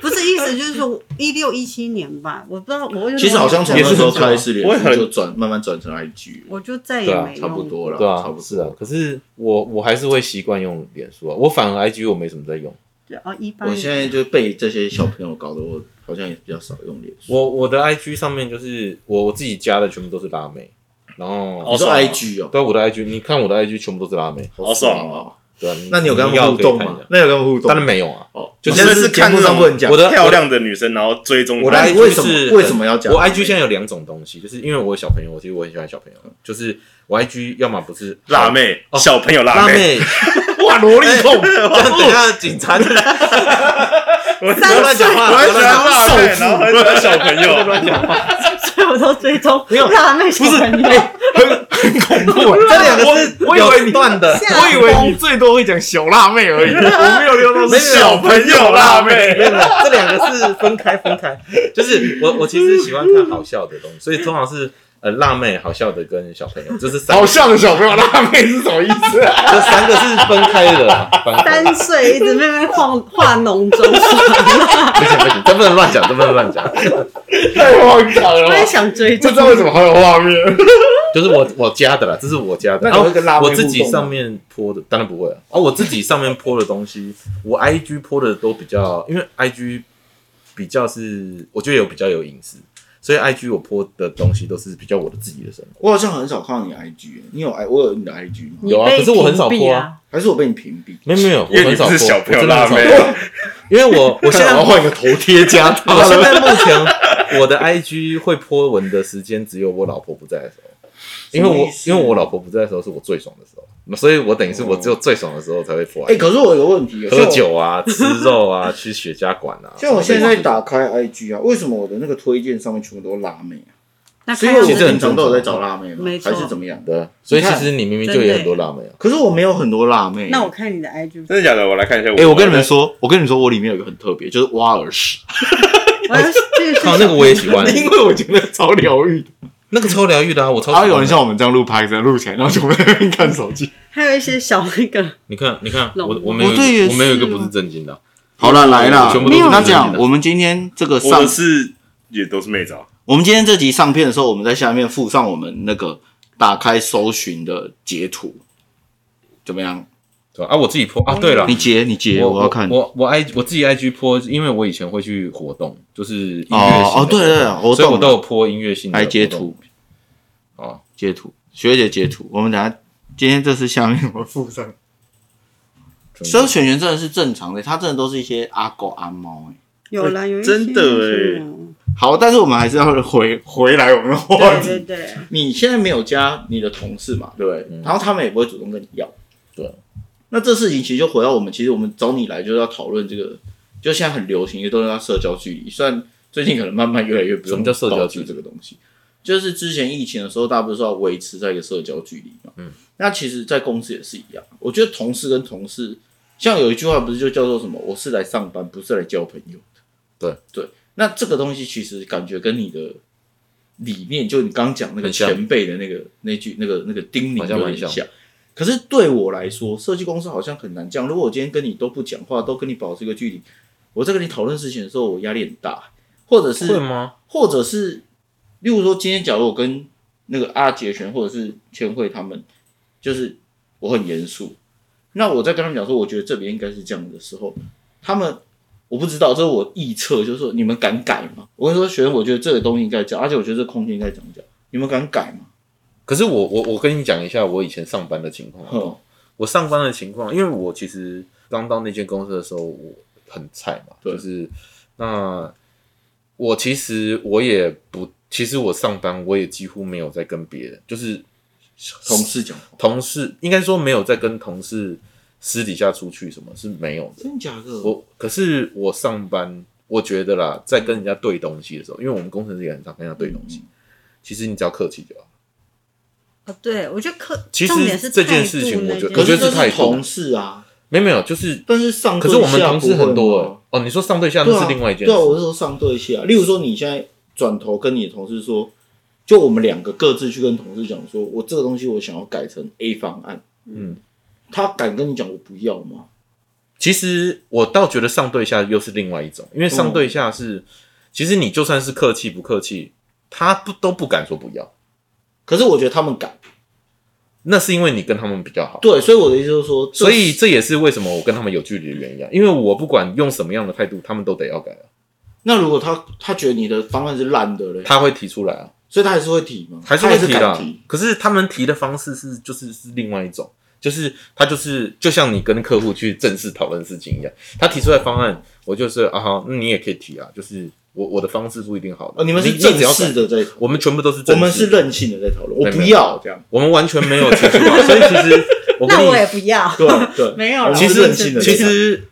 [SPEAKER 1] 不是意思就是说一六一七年吧，我不知道我有点
[SPEAKER 5] 其实好像从
[SPEAKER 1] 忘
[SPEAKER 5] 那
[SPEAKER 1] 记了
[SPEAKER 5] 时候
[SPEAKER 6] 啊
[SPEAKER 5] 开始，
[SPEAKER 3] 我也
[SPEAKER 5] 脸书
[SPEAKER 3] 很
[SPEAKER 5] 就转慢慢转成 IG 了，
[SPEAKER 1] 我就再也没用
[SPEAKER 5] 差不多了，
[SPEAKER 6] 对
[SPEAKER 5] 差
[SPEAKER 6] 啊
[SPEAKER 5] 不，多
[SPEAKER 6] 是啊，可是我我还是会习惯用脸书啊，我反而 IG 我没什么在用，
[SPEAKER 1] 对哦，一八
[SPEAKER 5] 我现在就被这些小朋友搞得我好像也比较少用脸书。
[SPEAKER 6] 我我的 IG 上面就是我我自己加的全部都是辣妹，然后
[SPEAKER 3] 哦
[SPEAKER 5] 你
[SPEAKER 6] 哦，
[SPEAKER 5] 说
[SPEAKER 3] 爽啊
[SPEAKER 5] IG 哦，
[SPEAKER 6] 对我的 IG，你看我的 IG 全部都是辣妹，
[SPEAKER 3] 好爽
[SPEAKER 5] 哦！
[SPEAKER 6] 对啊，
[SPEAKER 5] 那你有跟他
[SPEAKER 6] 要
[SPEAKER 5] 们互
[SPEAKER 6] 可以
[SPEAKER 5] 动
[SPEAKER 6] 看一
[SPEAKER 5] 吗
[SPEAKER 6] 下？？
[SPEAKER 5] 那有跟他们互动？
[SPEAKER 6] 当然没有啊，
[SPEAKER 5] 哦，
[SPEAKER 6] 就
[SPEAKER 5] 就
[SPEAKER 3] 你
[SPEAKER 5] 是
[SPEAKER 3] 是
[SPEAKER 5] 节
[SPEAKER 3] 看
[SPEAKER 5] 目
[SPEAKER 3] 那
[SPEAKER 5] 上
[SPEAKER 3] 种
[SPEAKER 5] 不能讲
[SPEAKER 6] 我。的
[SPEAKER 3] 漂亮的女生，然后追踪
[SPEAKER 6] 我的
[SPEAKER 3] 她
[SPEAKER 5] 来
[SPEAKER 6] IG
[SPEAKER 5] 嗯为什么
[SPEAKER 6] 是
[SPEAKER 5] 为什么要加
[SPEAKER 6] 我
[SPEAKER 5] 辣妹
[SPEAKER 6] IG 现在有两种东西，就是因为我有小朋友，其实我很喜欢小朋友，就是我 IG 要么不是
[SPEAKER 3] 辣妹，
[SPEAKER 6] 哦
[SPEAKER 3] 小朋友辣
[SPEAKER 6] 辣
[SPEAKER 3] 妹，
[SPEAKER 6] 妹， 哎
[SPEAKER 5] 哇，萝莉 控，
[SPEAKER 6] 等一下警察 就来，
[SPEAKER 3] 我
[SPEAKER 6] 不要乱讲话，
[SPEAKER 3] 我很
[SPEAKER 6] 不
[SPEAKER 3] 喜
[SPEAKER 6] 要乱
[SPEAKER 3] 欢
[SPEAKER 6] 讲话
[SPEAKER 3] 辣妹，然后很喜欢小朋 友，
[SPEAKER 1] 所以我都追踪
[SPEAKER 6] 没有
[SPEAKER 1] 辣妹小朋友，
[SPEAKER 5] 恐怖！这两个是
[SPEAKER 6] 我以为你断的，
[SPEAKER 1] 吓
[SPEAKER 5] 哎我以为你最多会讲小辣妹而已，我没有料到是
[SPEAKER 3] 小
[SPEAKER 5] 小。
[SPEAKER 3] 朋友辣妹。
[SPEAKER 6] 没有，没有这两个是分开分开。就是我我其实喜欢看好笑的东西，所以通常是呃辣妹好笑的跟小朋友，就是三
[SPEAKER 5] 好笑的小朋友辣妹是什么意思啊？
[SPEAKER 6] 这三个是分开的 啦，分开的。
[SPEAKER 1] 三岁一直在那边化化浓妆，
[SPEAKER 5] 哦
[SPEAKER 6] 不行不行，这不能乱讲，这不能乱讲。
[SPEAKER 5] 太荒唐了
[SPEAKER 1] 我也
[SPEAKER 5] 吧！
[SPEAKER 1] 想追
[SPEAKER 5] 不
[SPEAKER 1] 踪
[SPEAKER 5] 知。道为什么好有画面。
[SPEAKER 6] 就是我我加的啦，这是我加的。
[SPEAKER 5] 那你会跟辣妹
[SPEAKER 6] 我自己
[SPEAKER 5] 互动吗
[SPEAKER 6] 上面泼的，当然不会啊。啊，我自己上面泼的东西，我 IG 泼的都比较，因为 IG 比较是我觉得有比较有隐私，所以 IG 我泼的东西都是比较我的自己的生活。
[SPEAKER 5] 我好像很少看到你 IG，你有 I 我有你的 IG 吗？
[SPEAKER 1] 你
[SPEAKER 6] 有啊
[SPEAKER 1] 被
[SPEAKER 6] 可是我很少
[SPEAKER 1] 屏蔽
[SPEAKER 6] 泼啊
[SPEAKER 1] 啊，
[SPEAKER 5] 还是我被你屏蔽？
[SPEAKER 6] 没有没有，我
[SPEAKER 3] 因为
[SPEAKER 6] 很
[SPEAKER 3] 你
[SPEAKER 6] 少
[SPEAKER 3] 不
[SPEAKER 6] 泼
[SPEAKER 3] 是小朋友
[SPEAKER 6] 我真的
[SPEAKER 3] 辣
[SPEAKER 6] 很少
[SPEAKER 3] 妹
[SPEAKER 6] 泼，因 为我我现在
[SPEAKER 5] 要换个头贴加他
[SPEAKER 6] 我现在目前我的 IG 会泼文的时间只有我老婆不在的时候，因
[SPEAKER 5] 什
[SPEAKER 6] 为我
[SPEAKER 5] 么意思
[SPEAKER 6] 因为我老婆不在的时候是我最爽的时候，所以我等于是我只有最爽的时候才会泼
[SPEAKER 5] 哎、。可是我有个问题，
[SPEAKER 6] 喝酒啊，吃肉啊， 去雪茄馆啊，
[SPEAKER 5] 像我。像我现在打开 IG 啊，为什么我的那个推荐上面全部都是辣妹啊？
[SPEAKER 1] 那
[SPEAKER 5] 所
[SPEAKER 1] 看
[SPEAKER 5] 以我
[SPEAKER 1] 样
[SPEAKER 5] 们
[SPEAKER 1] 子
[SPEAKER 5] 平常都有在找辣妹吗
[SPEAKER 1] 没？错
[SPEAKER 5] 还是怎么样？
[SPEAKER 6] 对啊，所以
[SPEAKER 5] 你
[SPEAKER 6] 其
[SPEAKER 5] 看
[SPEAKER 6] 实你明明就
[SPEAKER 1] 真的
[SPEAKER 6] 有很多辣妹啊，
[SPEAKER 5] 可是我没有很多辣妹。
[SPEAKER 1] 那我看你的 IG，
[SPEAKER 3] 真的假的？我来看一下。
[SPEAKER 5] 哎、我跟你们，说，我跟你们说，我里面有一个很特别，就是挖耳屎，
[SPEAKER 1] 我要这 个是
[SPEAKER 6] 靠，啊那个我也喜欢，
[SPEAKER 5] 因为我觉得超疗愈的。
[SPEAKER 6] 那个超疗愈的啊，我超
[SPEAKER 5] 然后
[SPEAKER 6] 喜
[SPEAKER 5] 有
[SPEAKER 6] 欢
[SPEAKER 5] 人
[SPEAKER 6] 的。
[SPEAKER 5] 像我们这样录拍子，录起来，然后就在那边看手机。
[SPEAKER 1] 还有一些小那 个，
[SPEAKER 6] 你看，你看，
[SPEAKER 1] 龙
[SPEAKER 6] 我我们有
[SPEAKER 5] 哦对也
[SPEAKER 6] 一个我们有一个
[SPEAKER 5] 是啊
[SPEAKER 6] 不是正经的啊，
[SPEAKER 5] 好了，来啦
[SPEAKER 6] 全部都是
[SPEAKER 5] 那
[SPEAKER 6] 正
[SPEAKER 5] 这
[SPEAKER 6] 经的
[SPEAKER 5] 样，我们今天这个
[SPEAKER 3] 我
[SPEAKER 5] 上
[SPEAKER 3] 的，是也都是妹子啊。
[SPEAKER 5] 我们今天这集上片的时候，我们在下面附上我们那个打开搜寻的截图，怎么样？
[SPEAKER 6] 对吧啊，我自己泼啊，对了
[SPEAKER 5] 你。截，你截，
[SPEAKER 6] 我
[SPEAKER 5] 我要看。哦
[SPEAKER 6] 我我 i 我自己 IG 泼，因为我以前会去活动，就是音乐性的
[SPEAKER 5] 哦，对对对，我
[SPEAKER 6] 所以我
[SPEAKER 5] 懂
[SPEAKER 6] 都有
[SPEAKER 5] 了。
[SPEAKER 6] 泼音乐性的
[SPEAKER 5] 来截
[SPEAKER 6] 活动
[SPEAKER 5] 图，
[SPEAKER 6] 哦，
[SPEAKER 5] 截图，学姐截图。我们等下，今天这是下面我附上。所以选员真的是正常的，他真的都是一些阿狗阿猫哎、
[SPEAKER 1] 有啦，有一些
[SPEAKER 3] 真的欸
[SPEAKER 1] 是哦
[SPEAKER 5] 好，但是我们还是要回回来我们的话
[SPEAKER 1] 对
[SPEAKER 5] 题。
[SPEAKER 1] 对对，
[SPEAKER 5] 你现在没有加你的同事嘛，对不对？然后他们也不会主动跟你要。
[SPEAKER 6] 嗯对。
[SPEAKER 5] 那这事情其实就回到我们，其实我们找你来就是要讨论这个，就现在很流行，也都要社交距离。虽然最近可能慢慢越来越不
[SPEAKER 6] 什
[SPEAKER 5] 用
[SPEAKER 6] 么叫社交
[SPEAKER 5] 保持
[SPEAKER 6] 距离
[SPEAKER 5] 这个东西，就是之前疫情的时候，大家不是说要维持在一个社交距离嘛？嗯。那其实，在公司也是一样。我觉得同事跟同事，像有一句话不是就叫做什么？我是来上班，不是来交朋友的。
[SPEAKER 6] 对
[SPEAKER 5] 对，那这个东西其实感觉跟你的理念，就你刚讲那个
[SPEAKER 6] 很像
[SPEAKER 5] 前辈的那个那句那个那个叮咛
[SPEAKER 6] 好像
[SPEAKER 5] 有
[SPEAKER 6] 蛮
[SPEAKER 5] 点
[SPEAKER 6] 像
[SPEAKER 5] 像。可是对我来说，设计公司好像很难这样。如果我今天跟你都不讲话，都跟你保持一个距离，我在跟你讨论事情的时候，我压力很大，或者
[SPEAKER 6] 会
[SPEAKER 5] 是
[SPEAKER 6] 吗？
[SPEAKER 5] 或者是，例如说今天假如我跟那个阿杰全或者是千惠他们，就是我很严肃，那我在跟他们讲说，我觉得这边应该是这样的时候，他们我不知道，这是我臆测，就是说你们敢改吗？我跟你说，学生，我觉得这个东西应该这样，而且我觉得这个空间应该怎么讲，你们敢改吗？
[SPEAKER 6] 可是我我我跟你讲一下我以前上班的情况好不好。
[SPEAKER 5] 哼，
[SPEAKER 6] 我上班的情况，因为我其实刚到那间公司的时候，我很菜嘛，
[SPEAKER 5] 对
[SPEAKER 6] 就是那我其实我也不，其实我上班我也几乎没有在跟别人，就是
[SPEAKER 5] 同事讲话，
[SPEAKER 6] 同事应该说没有在跟同事私底下出去，什么是没有的。
[SPEAKER 5] 真假的？
[SPEAKER 6] 我可是我上班，我觉得啦，在跟人家对东西的时候，因为我们工程师也很常跟人家对东
[SPEAKER 5] 嗯
[SPEAKER 6] 西，其实你只要客气就好。
[SPEAKER 1] 哦对，我觉得可
[SPEAKER 6] 其实
[SPEAKER 1] 重点是
[SPEAKER 6] 这件
[SPEAKER 1] 态
[SPEAKER 6] 事
[SPEAKER 1] 度
[SPEAKER 6] 情
[SPEAKER 1] 那
[SPEAKER 6] 我觉得
[SPEAKER 1] 件
[SPEAKER 5] 可
[SPEAKER 6] 我觉
[SPEAKER 5] 是
[SPEAKER 6] 得
[SPEAKER 1] 事
[SPEAKER 5] 这
[SPEAKER 1] 情
[SPEAKER 6] 是态
[SPEAKER 5] 是
[SPEAKER 6] 度
[SPEAKER 5] 同事啊，
[SPEAKER 6] 没有没有，就是
[SPEAKER 5] 但是上
[SPEAKER 6] 可
[SPEAKER 5] 对
[SPEAKER 6] 是我们
[SPEAKER 5] 下
[SPEAKER 6] 同事
[SPEAKER 5] 不会
[SPEAKER 6] 很多、
[SPEAKER 5] 吗
[SPEAKER 6] 欸、哦，你说上对下
[SPEAKER 5] 对
[SPEAKER 6] 那
[SPEAKER 5] 啊，
[SPEAKER 6] 是另外一件事。
[SPEAKER 5] 对啊，我是说上对下。例如说，你现在转头跟你的同事说，就我们两个各自去跟同事讲说，我这个东西我想要改成 A 方案。
[SPEAKER 6] 嗯，
[SPEAKER 5] 他敢跟你讲我不要吗？
[SPEAKER 6] 其实我倒觉得上对下又是另外一种，
[SPEAKER 5] 嗯
[SPEAKER 6] 因为上对下是，其实你就算是客气不客气，他不都不敢说不要，
[SPEAKER 5] 可是我觉得他们敢。
[SPEAKER 6] 那是因为你跟他们比较好。
[SPEAKER 5] 对，所以我的意思就是说，这
[SPEAKER 6] 所以这也是为什么我跟他们有距离的原因啊，因为我不管用什么样的态度，他们都得要改啊，
[SPEAKER 5] 那如果他他觉得你的方案是烂的嘞，
[SPEAKER 6] 他会提出来啊，
[SPEAKER 5] 所以他还是会提吗？
[SPEAKER 6] 还
[SPEAKER 5] 是
[SPEAKER 6] 是
[SPEAKER 5] 还
[SPEAKER 6] 会提
[SPEAKER 5] 敢
[SPEAKER 6] 的。
[SPEAKER 5] 提？
[SPEAKER 6] 可是他们提的方式是，就是是另外一种，就是他就是就像你跟客户去正式讨论事情一样，他提出来方案，我就是啊好，那你也可以提啊，就是我我的方式不一定好的，
[SPEAKER 5] 哦，你们是
[SPEAKER 6] 你
[SPEAKER 5] 正
[SPEAKER 6] 只要改
[SPEAKER 5] 式的在讨论，
[SPEAKER 6] 我们全部都是
[SPEAKER 5] 我
[SPEAKER 6] 正式的，
[SPEAKER 5] 们是任性的在讨论，我
[SPEAKER 6] 没有
[SPEAKER 5] 不要这样。
[SPEAKER 6] 我们完全没有提出来，所以其实我跟
[SPEAKER 1] 那我也
[SPEAKER 6] 你
[SPEAKER 1] 不要，
[SPEAKER 5] 对啊 对，
[SPEAKER 1] 没有
[SPEAKER 5] 我
[SPEAKER 1] 啦
[SPEAKER 5] 们
[SPEAKER 6] 其
[SPEAKER 5] 是任性
[SPEAKER 6] 实
[SPEAKER 5] 的。
[SPEAKER 6] 其实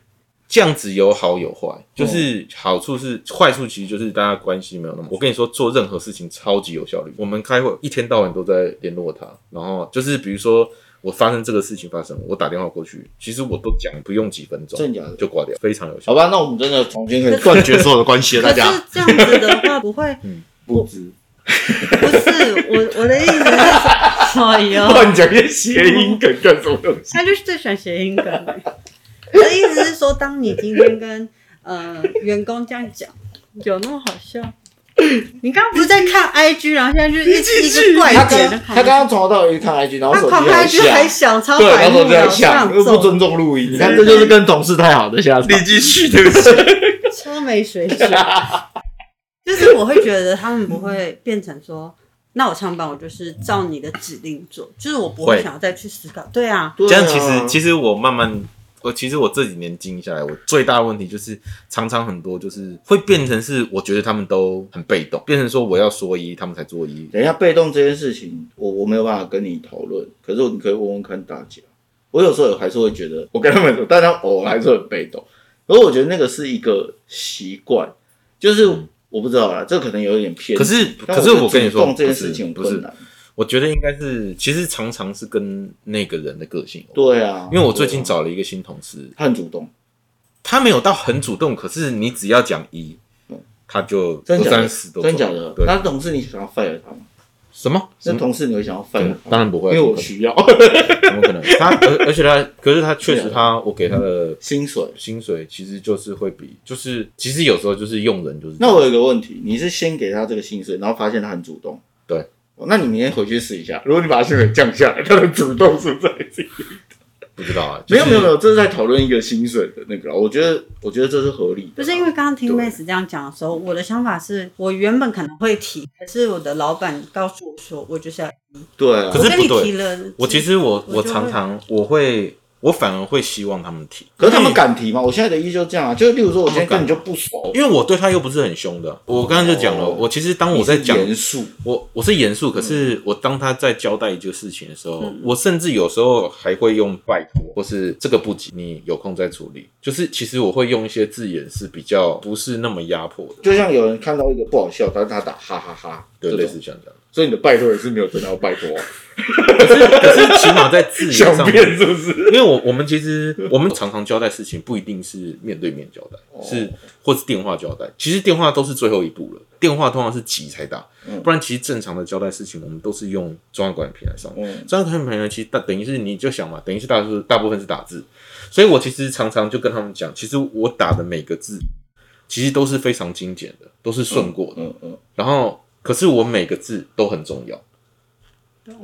[SPEAKER 6] 这样子有好有
[SPEAKER 5] 哦
[SPEAKER 6] 坏，就是好处是坏处，其实就是大家关系没有那么。我跟你说，做任何事情超级有效率。我们开会一天到晚都在联络他，然后就是比如说我发生这个事情发生，我打电话过去，其实我都讲不用几分钟
[SPEAKER 5] 真的假的
[SPEAKER 6] 就挂掉，非常有效。
[SPEAKER 5] 好吧，那我们真的重新可以断绝所有的关系了，
[SPEAKER 1] 可
[SPEAKER 5] 大
[SPEAKER 1] 是
[SPEAKER 5] 家
[SPEAKER 1] 这样子的话不会，
[SPEAKER 5] 不止
[SPEAKER 1] 不是我我的意思是， 哎呦，
[SPEAKER 5] 乱讲一些谐音梗干什么东西。
[SPEAKER 1] 他就是最喜欢谐音梗欸。 我的意思是说，当你今天跟呃员工这样讲，有那么好笑？ 你刚刚不是在看 IG，然后现在就是一直一个怪
[SPEAKER 5] 哎他
[SPEAKER 1] 点
[SPEAKER 5] 刚
[SPEAKER 1] 的
[SPEAKER 5] 他刚刚从头到尾看 IG，然后
[SPEAKER 1] 他
[SPEAKER 5] 手机
[SPEAKER 1] 狂拍
[SPEAKER 5] 还
[SPEAKER 1] IG 还
[SPEAKER 5] 下，
[SPEAKER 1] 想超
[SPEAKER 5] 对，然
[SPEAKER 1] 白
[SPEAKER 5] 后手
[SPEAKER 1] 目
[SPEAKER 5] 机还
[SPEAKER 1] 的，
[SPEAKER 5] 下，
[SPEAKER 1] 这
[SPEAKER 5] 又不
[SPEAKER 1] 样
[SPEAKER 5] 尊
[SPEAKER 1] 重，
[SPEAKER 5] 重录音，你看这就是跟同事太好的下场。
[SPEAKER 3] 你继续，对不起。
[SPEAKER 1] 超没水准。就是我会觉得他们不会变成说，那我上班我就是照你的指令做，就是我不会
[SPEAKER 6] 会
[SPEAKER 1] 想要再去思考。对啊，
[SPEAKER 5] 对啊
[SPEAKER 6] 这样其实其实我慢慢，我其实我这几年经营下来，我最大的问题就是常常很多就是会变成是，我觉得他们都很被动，变成说我要说一，他们才做一。
[SPEAKER 5] 啊等一下被动这件事情，我我没有办法跟你讨论，可是你可以问问看大家。我有时候还是会觉得，我跟他们说，大家偶尔还是会被动，可是我觉得那个是一个习惯，就是我不知道啦，这可能有点偏。
[SPEAKER 6] 嗯可是
[SPEAKER 5] 但
[SPEAKER 6] 可是
[SPEAKER 5] 觉得
[SPEAKER 6] 我跟你
[SPEAKER 5] 主
[SPEAKER 6] 说
[SPEAKER 5] 动这件
[SPEAKER 6] 不是
[SPEAKER 5] 事情
[SPEAKER 6] 不
[SPEAKER 5] 困
[SPEAKER 6] 是
[SPEAKER 5] 难。
[SPEAKER 6] 我觉得应该是，其实常常是跟那个人的个性有关。
[SPEAKER 5] 对啊，
[SPEAKER 6] 因为我最近
[SPEAKER 5] 对啊
[SPEAKER 6] 找了一个新同事，
[SPEAKER 5] 他很主动，
[SPEAKER 6] 他没有到很主动，可是你只要讲一，他就
[SPEAKER 5] 嗯真假的
[SPEAKER 6] 三十？多，
[SPEAKER 5] 真假的？
[SPEAKER 6] 对，
[SPEAKER 5] 那同事你想要 fire 他吗？
[SPEAKER 6] 什么？
[SPEAKER 5] 那
[SPEAKER 6] 什么
[SPEAKER 5] 同事你会想要 fire 他
[SPEAKER 6] 当
[SPEAKER 5] 吗？
[SPEAKER 6] 然不
[SPEAKER 5] 因
[SPEAKER 6] 会，
[SPEAKER 5] 为我需要
[SPEAKER 6] 怎么可能？他而而且他，可是他确
[SPEAKER 5] 啊
[SPEAKER 6] 实他，我给他的
[SPEAKER 5] 薪水。
[SPEAKER 6] 薪水其实就是会比，就是其实有时候就是用人就是这
[SPEAKER 5] 那
[SPEAKER 6] 样
[SPEAKER 5] 我有个问题，你是先给他这个薪水，然后发现他很主动，
[SPEAKER 6] 对
[SPEAKER 5] 哦，那你明天回去试一下，如果你把他薪水降下来，他的主动是不是还是一样
[SPEAKER 6] 不知道啊，就
[SPEAKER 5] 没有
[SPEAKER 6] 是
[SPEAKER 5] 没有没有，这是在讨论一个薪水的那个啦，我觉得我觉得这是合理的啦，
[SPEAKER 1] 不是因为刚刚听
[SPEAKER 5] 对
[SPEAKER 1] Max 这样讲的时候，我的想法是我原本可能会提，可是我的老板告诉我说，我就是要，
[SPEAKER 5] 对啊，
[SPEAKER 6] 可是
[SPEAKER 1] 我跟你
[SPEAKER 6] 不对
[SPEAKER 1] 提了，
[SPEAKER 6] 我其实我
[SPEAKER 1] 我
[SPEAKER 6] 我
[SPEAKER 1] 就会
[SPEAKER 6] 常常我会我反而会希望他们提，
[SPEAKER 5] 可是他们敢提吗？我现在的依旧这样啊，就是例如说我今天跟你就不熟，
[SPEAKER 6] 因为我对他又不是很凶的。我刚刚就讲了，
[SPEAKER 5] 哦
[SPEAKER 6] 我其实当我在讲
[SPEAKER 5] 你是严肃，嗯
[SPEAKER 6] 我我是严肃，可是我当他在交代一件事情的时候，我甚至有时候还会用拜托，或是这个不急，你有空再处理。就是其实我会用一些字眼是比较不是那么压迫的，
[SPEAKER 5] 就像有人看到一个不好笑，但是他打哈哈哈，
[SPEAKER 6] 对，
[SPEAKER 5] 这
[SPEAKER 6] 类
[SPEAKER 5] 种
[SPEAKER 6] 似像这样。
[SPEAKER 5] 所以你的拜托也是没有得到拜托啊，
[SPEAKER 6] 可是可是起码在字 眼
[SPEAKER 5] 想
[SPEAKER 6] 上面，
[SPEAKER 5] 变是不是？
[SPEAKER 6] 因为我我们其实我们常常交代事情不一定是面对面交代，
[SPEAKER 5] 哦
[SPEAKER 6] 是或是电话交代。其实电话都是最后一步了，电话通常是急才打，不然其实正常的交代事情，我们都是用中央管理平台上。
[SPEAKER 5] 嗯
[SPEAKER 6] 中央管理平台其实大等于是你就想嘛，等于是大部分大部分是打字，所以我其实常常就跟他们讲，其实我打的每个字其实都是非常精简的，都是顺过的，
[SPEAKER 5] 嗯嗯，
[SPEAKER 6] 然后可是我每个字都很重要。
[SPEAKER 5] 哦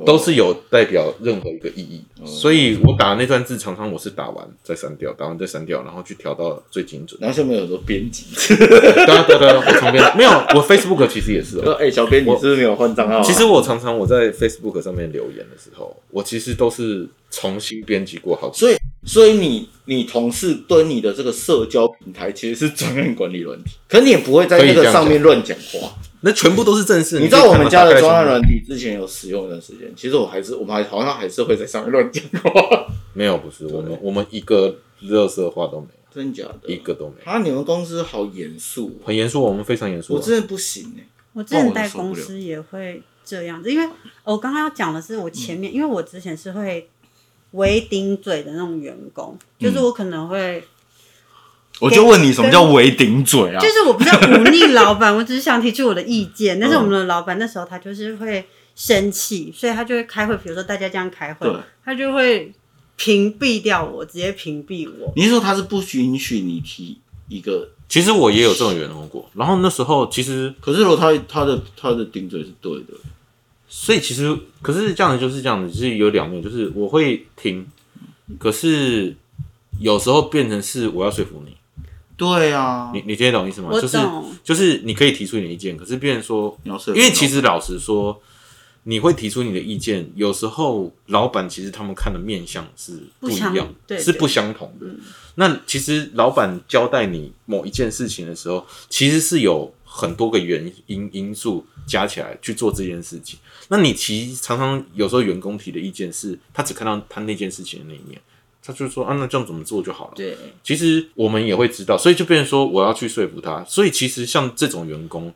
[SPEAKER 6] 都是有代表任何一个意义，所以我打那段字，常常我是打完再删掉，打完再删掉，然后去调到最精准。
[SPEAKER 5] 然后下面有说编辑，
[SPEAKER 6] 对啊对啊对啊，我从边没有，我 Facebook 其实也是、
[SPEAKER 5] 说
[SPEAKER 6] 哦。
[SPEAKER 5] 哎，小编你
[SPEAKER 6] 我
[SPEAKER 5] 是不是没有换账号啊？
[SPEAKER 6] 其实我常常我在 Facebook 上面留言的时候，我其实都是重新编辑过好几次。
[SPEAKER 5] 所以所以你你同事对你的这个社交平台其实是专案管理软体，可你也不会在那
[SPEAKER 6] 可以这
[SPEAKER 5] 个
[SPEAKER 6] 样
[SPEAKER 5] 上面乱讲话。
[SPEAKER 6] 那全部都是正式。
[SPEAKER 5] 你知道我们家的
[SPEAKER 6] 装
[SPEAKER 5] 专案软体之前有使用一段时间，其实我还是我们还好像还是会在上面乱讲 话，
[SPEAKER 6] 没有？不是我们，我们一个热色话都没有，
[SPEAKER 5] 真假的？
[SPEAKER 6] 一个都没有。
[SPEAKER 5] 啊，你们公司好严肃哦，
[SPEAKER 6] 很严肃，我们非常严肃
[SPEAKER 5] 我
[SPEAKER 6] 啊。
[SPEAKER 5] 真的不行哎、
[SPEAKER 1] 我之前
[SPEAKER 5] 我
[SPEAKER 1] 在
[SPEAKER 5] 受不
[SPEAKER 1] 公
[SPEAKER 5] 了
[SPEAKER 1] 司也会这样子，因为我刚刚要讲的是我前
[SPEAKER 4] 嗯
[SPEAKER 1] 面，因为我之前是会微顶嘴的那种员工，就是我可能会，
[SPEAKER 4] 嗯我就问你什么叫围顶嘴啊
[SPEAKER 1] 就？是我不是要忤逆老板，我只是想提出我的意 见，但是我
[SPEAKER 4] 嗯
[SPEAKER 1] 们的老板那时候他就是会生气，所以他就会开会，比如说大家这样开会
[SPEAKER 5] 对，
[SPEAKER 1] 他就会屏蔽掉我，直接屏蔽我。
[SPEAKER 5] 你是说他是不允许你提一个？
[SPEAKER 6] 其实我也有这种员工过，然后那时候其实
[SPEAKER 5] 可是如果他他的他的顶嘴是对的，
[SPEAKER 6] 所以其实，可是这样子就是这样子，就是有两面，就是我会听，可是有时候变成是我要说服你，
[SPEAKER 5] 对啊，
[SPEAKER 6] 你你听得懂意思吗？
[SPEAKER 1] 我
[SPEAKER 6] 就是
[SPEAKER 1] 懂
[SPEAKER 6] 就是你可以提出你的意见，可是变成说，
[SPEAKER 5] 你要哦说服
[SPEAKER 6] 因
[SPEAKER 5] 老板，
[SPEAKER 6] 为其实老实说，你会提出你的意见，有时候老板其实他们看的面相是
[SPEAKER 1] 不
[SPEAKER 6] 一
[SPEAKER 1] 相
[SPEAKER 6] 样，
[SPEAKER 1] 对嗯
[SPEAKER 6] 是
[SPEAKER 1] 对
[SPEAKER 6] 不相同的。那其实老板交代你某一件事情的时候，其实是有很多个原因因素加起来去做这件事情。那你其实常常有时候员工提的意见是，他只看到他那件事情的那一面，他就说啊，那这样怎么做就好了。
[SPEAKER 1] 对，
[SPEAKER 6] 其实我们也会知道，所以就变成说我要去说服他。所以其实像这种员工，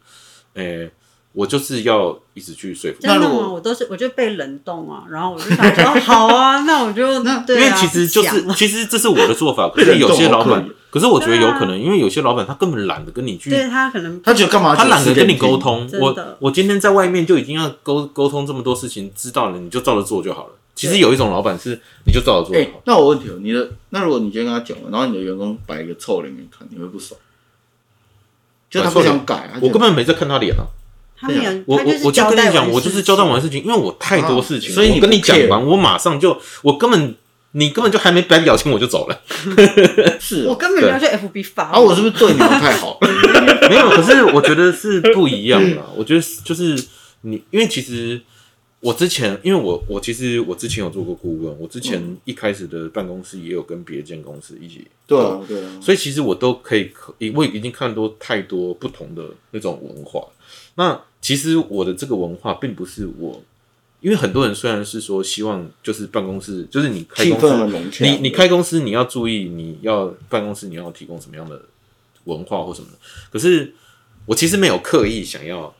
[SPEAKER 6] 诶、我就是要一直去说服他。
[SPEAKER 1] 真的
[SPEAKER 5] 如
[SPEAKER 1] 吗？
[SPEAKER 5] 果
[SPEAKER 1] 我都是我就被冷冻啊，然后我就想说好啊，那我 就
[SPEAKER 6] 因
[SPEAKER 1] 对
[SPEAKER 6] 为
[SPEAKER 1] 啊，
[SPEAKER 6] 其实就
[SPEAKER 1] 不讲
[SPEAKER 6] 是
[SPEAKER 1] 了，
[SPEAKER 6] 其实这是我的做法。可是有些老板，可是我觉得有可能，因为有些老板他根本懒得跟你去，
[SPEAKER 1] 啊对他可能
[SPEAKER 6] 啊
[SPEAKER 5] 他觉得干嘛？
[SPEAKER 6] 他懒得跟你沟，通。
[SPEAKER 1] 真的
[SPEAKER 6] 我我今天在外面就已经要沟沟通这么多事情，知道了你就照着做就好了。其实有一种老板是你就照着做
[SPEAKER 5] 哎、
[SPEAKER 6] 就好了。
[SPEAKER 5] 那我问你哦，你的那如果你今天跟他讲了，然后你的员工摆一个臭脸给你看，你会不爽？就他不想改，他觉得
[SPEAKER 6] 我根本没在看他脸啊！
[SPEAKER 1] 他没有，
[SPEAKER 6] 我
[SPEAKER 1] 他
[SPEAKER 6] 我
[SPEAKER 1] 就是
[SPEAKER 6] 我就
[SPEAKER 1] 交
[SPEAKER 6] 跟
[SPEAKER 1] 代
[SPEAKER 6] 你讲，
[SPEAKER 1] 完
[SPEAKER 6] 我
[SPEAKER 1] 事
[SPEAKER 6] 就是交代
[SPEAKER 1] 情
[SPEAKER 6] 完事情，因为我太多事情了，
[SPEAKER 5] 啊所以你
[SPEAKER 6] 我跟你
[SPEAKER 5] 不
[SPEAKER 6] 讲
[SPEAKER 5] care
[SPEAKER 6] 完，我马上就，我根本你根本就还没摆表情，我就走了。
[SPEAKER 5] 是
[SPEAKER 1] 我
[SPEAKER 5] 哦、
[SPEAKER 1] 根本没有去 FB 发
[SPEAKER 5] 啊，我是不是 对啊你们太好？
[SPEAKER 6] 没有，可是我觉得是不一样啦。我觉得是就是你，因为其实我之前，因为我我其实我之前有做过顾问，我之前一开始的办公室也有跟别间公司一起，
[SPEAKER 5] 对啊，对啊，
[SPEAKER 6] 所以其实我都可以可，我已经看多太多不同的那种文化。那其实我的这个文化并不是我，因为很多人虽然是说希望就是办公室，就是你开
[SPEAKER 5] 气
[SPEAKER 6] 公
[SPEAKER 5] 氛很啊
[SPEAKER 6] 司，
[SPEAKER 5] 融洽。
[SPEAKER 6] 你你开公司你要注意你要办公室你要提供什么样的文化或什么的。可是我其实没有刻意想要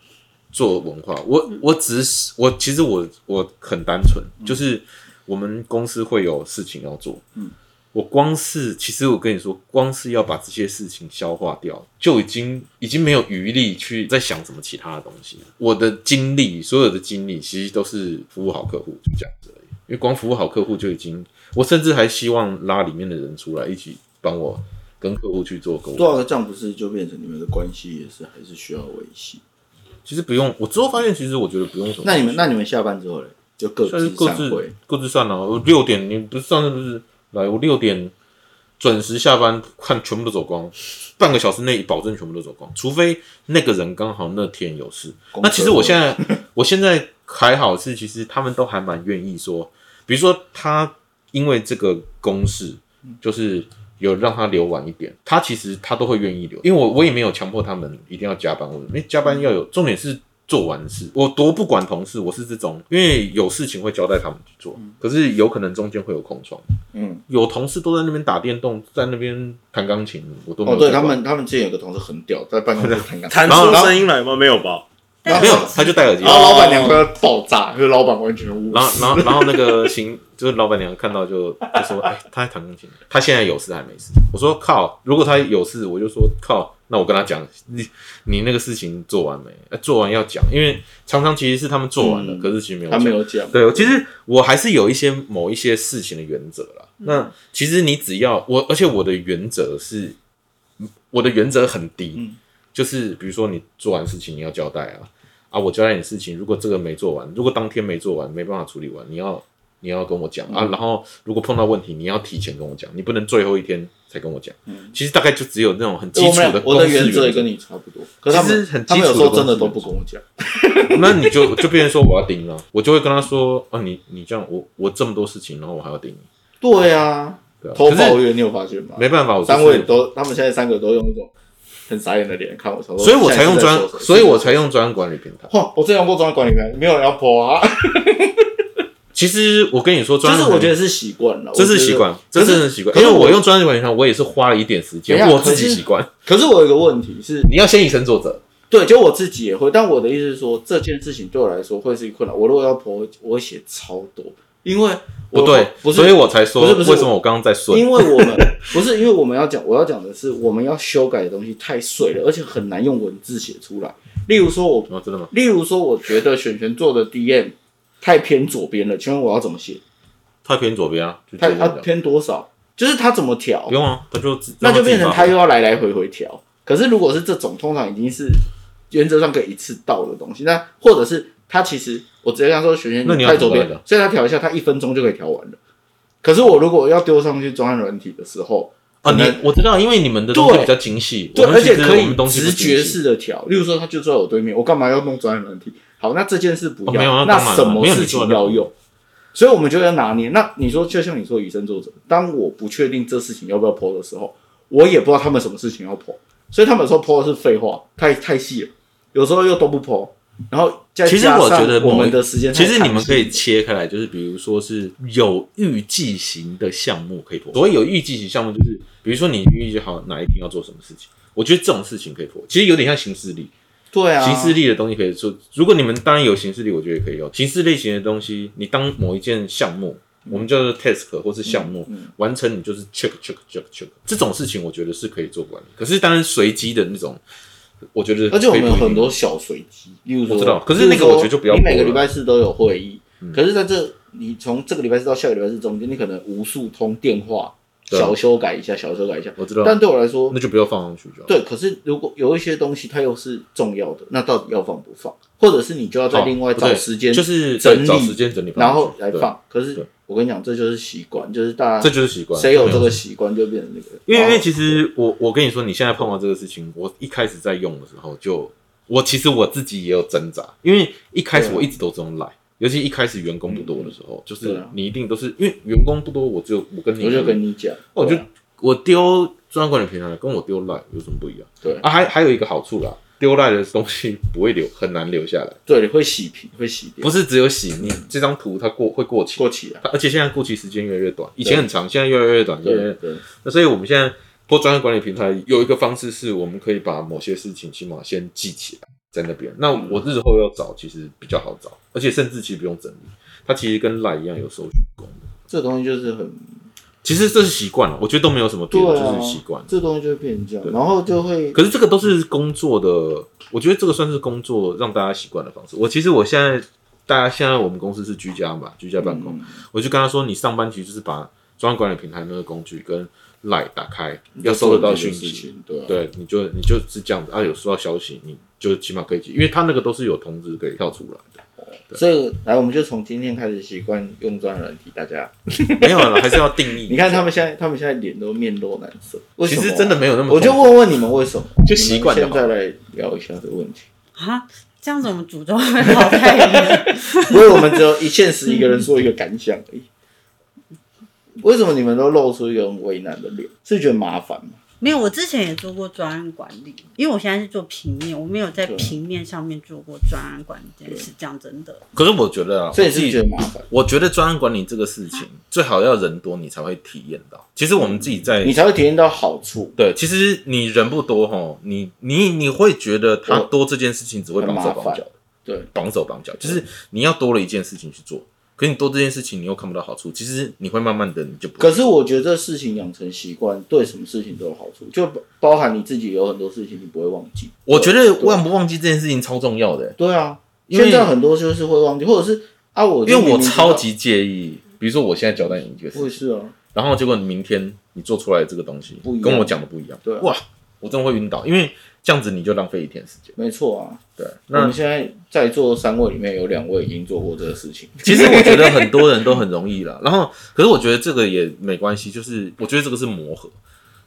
[SPEAKER 6] 做文化，我我只是我其实我我很单纯，就是我们公司会有事情要做，
[SPEAKER 5] 嗯，
[SPEAKER 6] 我光是其实我跟你说，光是要把这些事情消化掉，就已经已经没有余力去再想什么其他的东西了。我的精力，所有的精力其实都是服务好客户，就这样子而已。因为光服务好客户就已经，我甚至还希望拉里面的人出来一起帮我跟客户去做沟通。
[SPEAKER 5] 多少个账不是就变成你们的关系也是还是需要维系？
[SPEAKER 6] 其实不用，我之后发现，其实我觉得不用什么。
[SPEAKER 5] 那你们那你们下班之后嘞，就各
[SPEAKER 6] 算是
[SPEAKER 5] 自
[SPEAKER 6] 各
[SPEAKER 5] 散
[SPEAKER 6] 自
[SPEAKER 5] 会。
[SPEAKER 6] 各自算了。我六点，你不是上次不是来？我六点准时下班，看全部都走光，半个小时内保证全部都走光，除非那个人刚好那天有事。
[SPEAKER 5] 公
[SPEAKER 6] 那
[SPEAKER 5] 车
[SPEAKER 6] 其实我
[SPEAKER 5] 会
[SPEAKER 6] 现在我现在还好是，其实他们都还蛮愿意说，比如说他因为这个公式，
[SPEAKER 5] 嗯
[SPEAKER 6] 就是有让他留晚一点，他其实他都会愿意留，因为我我也没有强迫他们一定要加班，我因为加班要有重点是。做完事，我多不管同事，我是这种，因为有事情会交代他们去做，可是有可能中间会有空窗，
[SPEAKER 5] 嗯，
[SPEAKER 6] 有同事都在那边打电动，在那边弹钢琴，我都没有
[SPEAKER 5] 哦，对
[SPEAKER 6] 去管
[SPEAKER 5] 他们，他们之前有个同事很屌，在办公室弹 钢琴，
[SPEAKER 3] 弹出声音来吗？没有吧？
[SPEAKER 1] 但
[SPEAKER 6] 没有，他就戴耳机，
[SPEAKER 5] 然后哦老板娘快要爆炸，就是老板完全无
[SPEAKER 6] 然后，然后，然后那个行，就是老板娘看到就就说：“哎，他在弹钢琴，他现在有事还没事。”我说：“靠，如果他有事，我就说靠，那我跟他讲，你你那个事情做完没？呃做完要讲，因为常常其实是他们做完了，
[SPEAKER 5] 嗯
[SPEAKER 6] 可是其实没有
[SPEAKER 5] 他
[SPEAKER 6] 讲
[SPEAKER 5] 没有讲，
[SPEAKER 6] 对，其实我还是有一些某一些事情的原则啦。
[SPEAKER 5] 嗯
[SPEAKER 6] 那其实你只要我，而且我的原则是，我的原则很低，
[SPEAKER 5] 嗯
[SPEAKER 6] 就是比如说你做完事情你要交代啊啊，我交代你事情，如果这个没做完，如果当天没做完，没办法处理完，你要你要跟我讲、
[SPEAKER 5] 嗯
[SPEAKER 6] 啊，然后如果碰到问题，你要提前跟我讲，你不能最后一天才跟我讲。其实大概就只有那种很
[SPEAKER 5] 嗯
[SPEAKER 6] 基
[SPEAKER 5] 我
[SPEAKER 6] 础
[SPEAKER 5] 们俩
[SPEAKER 6] 的
[SPEAKER 5] 我
[SPEAKER 6] 公
[SPEAKER 5] 的
[SPEAKER 6] 式
[SPEAKER 5] 原则也
[SPEAKER 6] 则
[SPEAKER 5] 跟你差不多，可是他
[SPEAKER 6] 其
[SPEAKER 5] 们
[SPEAKER 6] 实很基
[SPEAKER 5] 他
[SPEAKER 6] 础
[SPEAKER 5] 们有
[SPEAKER 6] 的
[SPEAKER 5] 时候真的
[SPEAKER 6] 公
[SPEAKER 5] 都
[SPEAKER 6] 司
[SPEAKER 5] 不跟我讲，
[SPEAKER 6] 那你就就变成说我要盯了，我就会跟他说啊，你你这样我我这么多事情，然后我还要盯你，
[SPEAKER 5] 对啊，
[SPEAKER 6] 对啊，
[SPEAKER 5] 偷
[SPEAKER 6] 可是
[SPEAKER 5] 抱怨你有发现吗？
[SPEAKER 6] 没办法，我就是
[SPEAKER 5] 三位都，他们现在三个都用一种很傻眼的脸看我，想说
[SPEAKER 6] 所以我才用专
[SPEAKER 5] 现在是在，说什么
[SPEAKER 6] 所以我才用专案管理平台。
[SPEAKER 5] 哇，我真用过专案管理员，没有人要泼啊，
[SPEAKER 6] 其实我跟你说，
[SPEAKER 5] 就
[SPEAKER 6] 专案
[SPEAKER 5] 是我觉得是习惯了，
[SPEAKER 6] 这
[SPEAKER 5] 我觉
[SPEAKER 6] 是
[SPEAKER 5] 得
[SPEAKER 6] 习。惯，
[SPEAKER 5] 可
[SPEAKER 6] 这
[SPEAKER 5] 是
[SPEAKER 6] 真的是习惯，
[SPEAKER 5] 可
[SPEAKER 6] 因
[SPEAKER 5] 是
[SPEAKER 6] 为
[SPEAKER 5] 我
[SPEAKER 6] 我用专案管理平台，我也是花了一点时间，
[SPEAKER 5] 等一下
[SPEAKER 6] 我自己
[SPEAKER 5] 可是
[SPEAKER 6] 习惯。
[SPEAKER 5] 可是我有一个问题是，
[SPEAKER 6] 你要先以身作则，
[SPEAKER 5] 对，就我自己也会，但我的意思是说，这件事情对我来说会是一个困扰。我如果要泼，我会写超多，因为我
[SPEAKER 6] 不对，
[SPEAKER 5] 不是，
[SPEAKER 6] 所以我才说
[SPEAKER 5] 不是不是
[SPEAKER 6] 为什么我刚刚在顺，
[SPEAKER 5] 因为我们不是因为我们要讲，我要讲的是我们要修改的东西太碎了，而且很难用文字写出来。例如说我，
[SPEAKER 6] 哦，真的吗？
[SPEAKER 5] 例如说，我觉得璇璇做的 DM 太偏左边了，请问我要怎么写？
[SPEAKER 6] 太偏左边啊，就这
[SPEAKER 5] 太
[SPEAKER 6] 样
[SPEAKER 5] 它
[SPEAKER 6] 讲，
[SPEAKER 5] 偏多少？就是他怎么调
[SPEAKER 6] 不？用啊，他就自
[SPEAKER 5] 那就变成他又
[SPEAKER 6] 让
[SPEAKER 5] 要来来回回调。可是如果是这种，通常已经是原则上可以一次到的东西，那或者是他其实我直接跟他说学学
[SPEAKER 6] 那你要
[SPEAKER 5] 太左边
[SPEAKER 6] 怎么来的，
[SPEAKER 5] 所以他调一下，他一分钟就可以调完了。可是我如果要丢上去装案软体的时候，
[SPEAKER 6] 自
[SPEAKER 5] 可
[SPEAKER 6] 己发啊，
[SPEAKER 5] 能
[SPEAKER 6] 你我知道，因为你们的东西
[SPEAKER 5] 对
[SPEAKER 6] 比较精细，
[SPEAKER 5] 对，
[SPEAKER 6] 我们
[SPEAKER 5] 而
[SPEAKER 6] 其
[SPEAKER 5] 且
[SPEAKER 6] 实
[SPEAKER 5] 可
[SPEAKER 6] 我
[SPEAKER 5] 以
[SPEAKER 6] 们东西不
[SPEAKER 5] 直
[SPEAKER 6] 精细
[SPEAKER 5] 觉式的调。例如说，他就坐在我对面，我干嘛要弄专业软体？好，那这件事不
[SPEAKER 6] 哦
[SPEAKER 5] 要，
[SPEAKER 6] 没有那当然
[SPEAKER 5] 那
[SPEAKER 6] 了
[SPEAKER 5] 什么
[SPEAKER 6] 没有
[SPEAKER 5] 事
[SPEAKER 6] 你做
[SPEAKER 5] 情
[SPEAKER 6] 的
[SPEAKER 5] 要用？所以我们就要拿捏。那你说，就像你说以身作则，当我不确定这事情要不要剖的时候，我也不知道他们什么事情要剖，所以他们说剖的是废话，太太细了，有时候又都不剖。然后再
[SPEAKER 6] 其实
[SPEAKER 5] 加
[SPEAKER 6] 我
[SPEAKER 5] 上
[SPEAKER 6] 觉得
[SPEAKER 5] 我
[SPEAKER 6] 某
[SPEAKER 5] 们
[SPEAKER 6] 一
[SPEAKER 5] 的时间太
[SPEAKER 6] 其
[SPEAKER 5] 弹性，
[SPEAKER 6] 实你们可以切开来，就是比如说是有预计型的项目可以拖。所谓有预计型项目，就是比如说你预计好哪一天要做什么事情，我觉得这种事情可以拖。其实有点像行事历，
[SPEAKER 5] 对啊，
[SPEAKER 6] 行事历的东西可以做。如果你们当然有行事历，我觉得也可以用行事类型的东西。你当某一件项目，我们叫做 task 或是项目、
[SPEAKER 5] 嗯
[SPEAKER 6] 完成，你就是 check check check check 这种事情，我觉得是可以做管理。可是当然随机的那种，我觉得
[SPEAKER 5] 而且我们有
[SPEAKER 6] 可以不一定
[SPEAKER 5] 很多小随机，例如说，
[SPEAKER 6] 我知道可是那个我觉得就不要
[SPEAKER 5] 例如说你每个
[SPEAKER 6] 播了嗯
[SPEAKER 5] 礼拜四都有会议，可是在这你从这个礼拜四到下个礼拜四中间，你可能无数通电话，
[SPEAKER 6] 对
[SPEAKER 5] 小修改一下，小修改一下。
[SPEAKER 6] 我知道
[SPEAKER 5] 但对我来说
[SPEAKER 6] 那，就不要放上去就好。
[SPEAKER 5] 对，可是如果有一些东西它又是重要的，那到底要放不放？或者是你就要再
[SPEAKER 6] 哦
[SPEAKER 5] 另外
[SPEAKER 6] 不
[SPEAKER 5] 找
[SPEAKER 6] 对
[SPEAKER 5] 时间，
[SPEAKER 6] 就是对
[SPEAKER 5] 整理
[SPEAKER 6] 找时间整理，
[SPEAKER 5] 然后来
[SPEAKER 6] 对，
[SPEAKER 5] 放。可
[SPEAKER 6] 对
[SPEAKER 5] 是我跟你讲，这就是习惯，就是大
[SPEAKER 6] 这
[SPEAKER 5] 家
[SPEAKER 6] 就是习惯。
[SPEAKER 5] 谁有这
[SPEAKER 6] 没
[SPEAKER 5] 个？哦习惯就变成那个。
[SPEAKER 6] 因为因
[SPEAKER 5] 然后
[SPEAKER 6] 为其实我我跟你说，你现在碰到这个事情，我一开始在用的时候就，我其实我自己也有挣扎，因为一开始
[SPEAKER 5] 对啊
[SPEAKER 6] 我一直都这种懒。尤其一开始员工不多的时候，就
[SPEAKER 5] 对
[SPEAKER 6] 是
[SPEAKER 5] 啊
[SPEAKER 6] 你一定都是因为员工不多，我只有我跟你，
[SPEAKER 5] 我就跟你讲，
[SPEAKER 6] 我就
[SPEAKER 5] 对啊
[SPEAKER 6] 我丢专案管理平台跟我丢赖有什么不一样？
[SPEAKER 5] 对
[SPEAKER 6] 啊，还还有一个好处啦，丢赖的东西不会留，很难留下来，
[SPEAKER 5] 对，你会洗屏，会洗掉，
[SPEAKER 6] 不是只有洗你这张图它过会过期，
[SPEAKER 5] 过期了。
[SPEAKER 6] 它而且现在过期时间越来越短，以前很长，现在越来越短，越来
[SPEAKER 5] 对
[SPEAKER 6] 越
[SPEAKER 5] 对，
[SPEAKER 6] 那所以我们现在不过专案管理平台有一个方式是，我们可以把某些事情起码先记起来在那边。那
[SPEAKER 5] 嗯
[SPEAKER 6] 我日后要找，其实比较好找，而且甚至其实不用整理，它其实跟赖一样有搜寻功能。
[SPEAKER 5] 这东西就是很
[SPEAKER 6] 其实这是习惯了，我觉得都没有什么别的，
[SPEAKER 5] 对啊，
[SPEAKER 6] 就是习惯。
[SPEAKER 5] 这东西就会变成这样，然后就会
[SPEAKER 6] 可是这个都是工作的，我觉得这个算是工作让大家习惯的方式。我其实我现在，大家现在我们公司是居家嘛，居家办公，我就跟他说，你上班其实就是把专案管理平台那个工具跟 Line 打开，要收得到讯
[SPEAKER 5] 做这件事
[SPEAKER 6] 息
[SPEAKER 5] 情，对啊
[SPEAKER 6] 对，你就你就是这样子啊，有收到消息，你就起码可以记，因为他那个都是有通知可以跳出来 的。
[SPEAKER 5] 所以来，我们就从今天开始习惯用专软体，大家
[SPEAKER 6] 嗯没有了，还是要定 义。
[SPEAKER 5] 你看他们现在，他们现在脸都面露难色，为什
[SPEAKER 6] 其
[SPEAKER 5] 么啊
[SPEAKER 6] 实真的没有那么，
[SPEAKER 5] 我就问问你们为什么？
[SPEAKER 6] 就习惯
[SPEAKER 5] 你
[SPEAKER 6] 就
[SPEAKER 5] 们
[SPEAKER 6] 好
[SPEAKER 5] 现在来聊一下这个问题，
[SPEAKER 1] 啊，这样子我们诅咒会淘汰人。
[SPEAKER 5] 因为我们只有一限时一个人说一个感想而已。为什么你们都露出一个很为难的脸？是觉得麻烦吗？
[SPEAKER 1] 没有，我之前也做过专案管理，因为我现在是做平面，我没有在
[SPEAKER 5] 对
[SPEAKER 1] 平面上面做过专案管理这件事。讲真的，
[SPEAKER 6] 可是我觉得 啊，
[SPEAKER 5] 所以你
[SPEAKER 6] 我自
[SPEAKER 5] 是不
[SPEAKER 6] 己
[SPEAKER 5] 是觉得麻烦，
[SPEAKER 6] 我觉得专案管理这个事情，最好要人多你才会体验到。其实我们自己在
[SPEAKER 5] 你才会体验到好处。
[SPEAKER 6] 对，其实你人不多吼，你你你会觉得他多这件事情只会绑手
[SPEAKER 5] 很麻
[SPEAKER 6] 绑
[SPEAKER 5] 烦
[SPEAKER 6] 脚，
[SPEAKER 5] 对，
[SPEAKER 6] 绑手绑脚，就是你要多了一件事情去做，可你多这件事情你又看不到好处，其实你会慢慢的你就不
[SPEAKER 5] 可是我觉得这事情养成习惯，对什么事情都有好处，就包包含你自己有很多事情你不会忘记。
[SPEAKER 6] 我觉得忘不忘记这件事情超重要的、欸
[SPEAKER 5] 对啊，
[SPEAKER 6] 因为
[SPEAKER 5] 现在很多就是会忘记，或者是啊，我就
[SPEAKER 6] 因为我
[SPEAKER 5] 明明知道
[SPEAKER 6] 超级介意，比如说我现在交代你一个事
[SPEAKER 5] 我也
[SPEAKER 6] 情，
[SPEAKER 5] 是啊，
[SPEAKER 6] 然后结果你明天你做出来这个东西
[SPEAKER 5] 不一样
[SPEAKER 6] 跟我讲的不一样，
[SPEAKER 5] 对啊
[SPEAKER 6] 哇，我真的会晕倒，因为这样子你就浪费一天时间。
[SPEAKER 5] 没错啊。
[SPEAKER 6] 对，
[SPEAKER 5] 我
[SPEAKER 6] 那
[SPEAKER 5] 们现在在座三位里面有两位已经做过这个事情，
[SPEAKER 6] 其实我觉得很多人都很容易啦，然 后可是我觉得这个也没关系，就是我觉得这个是磨合，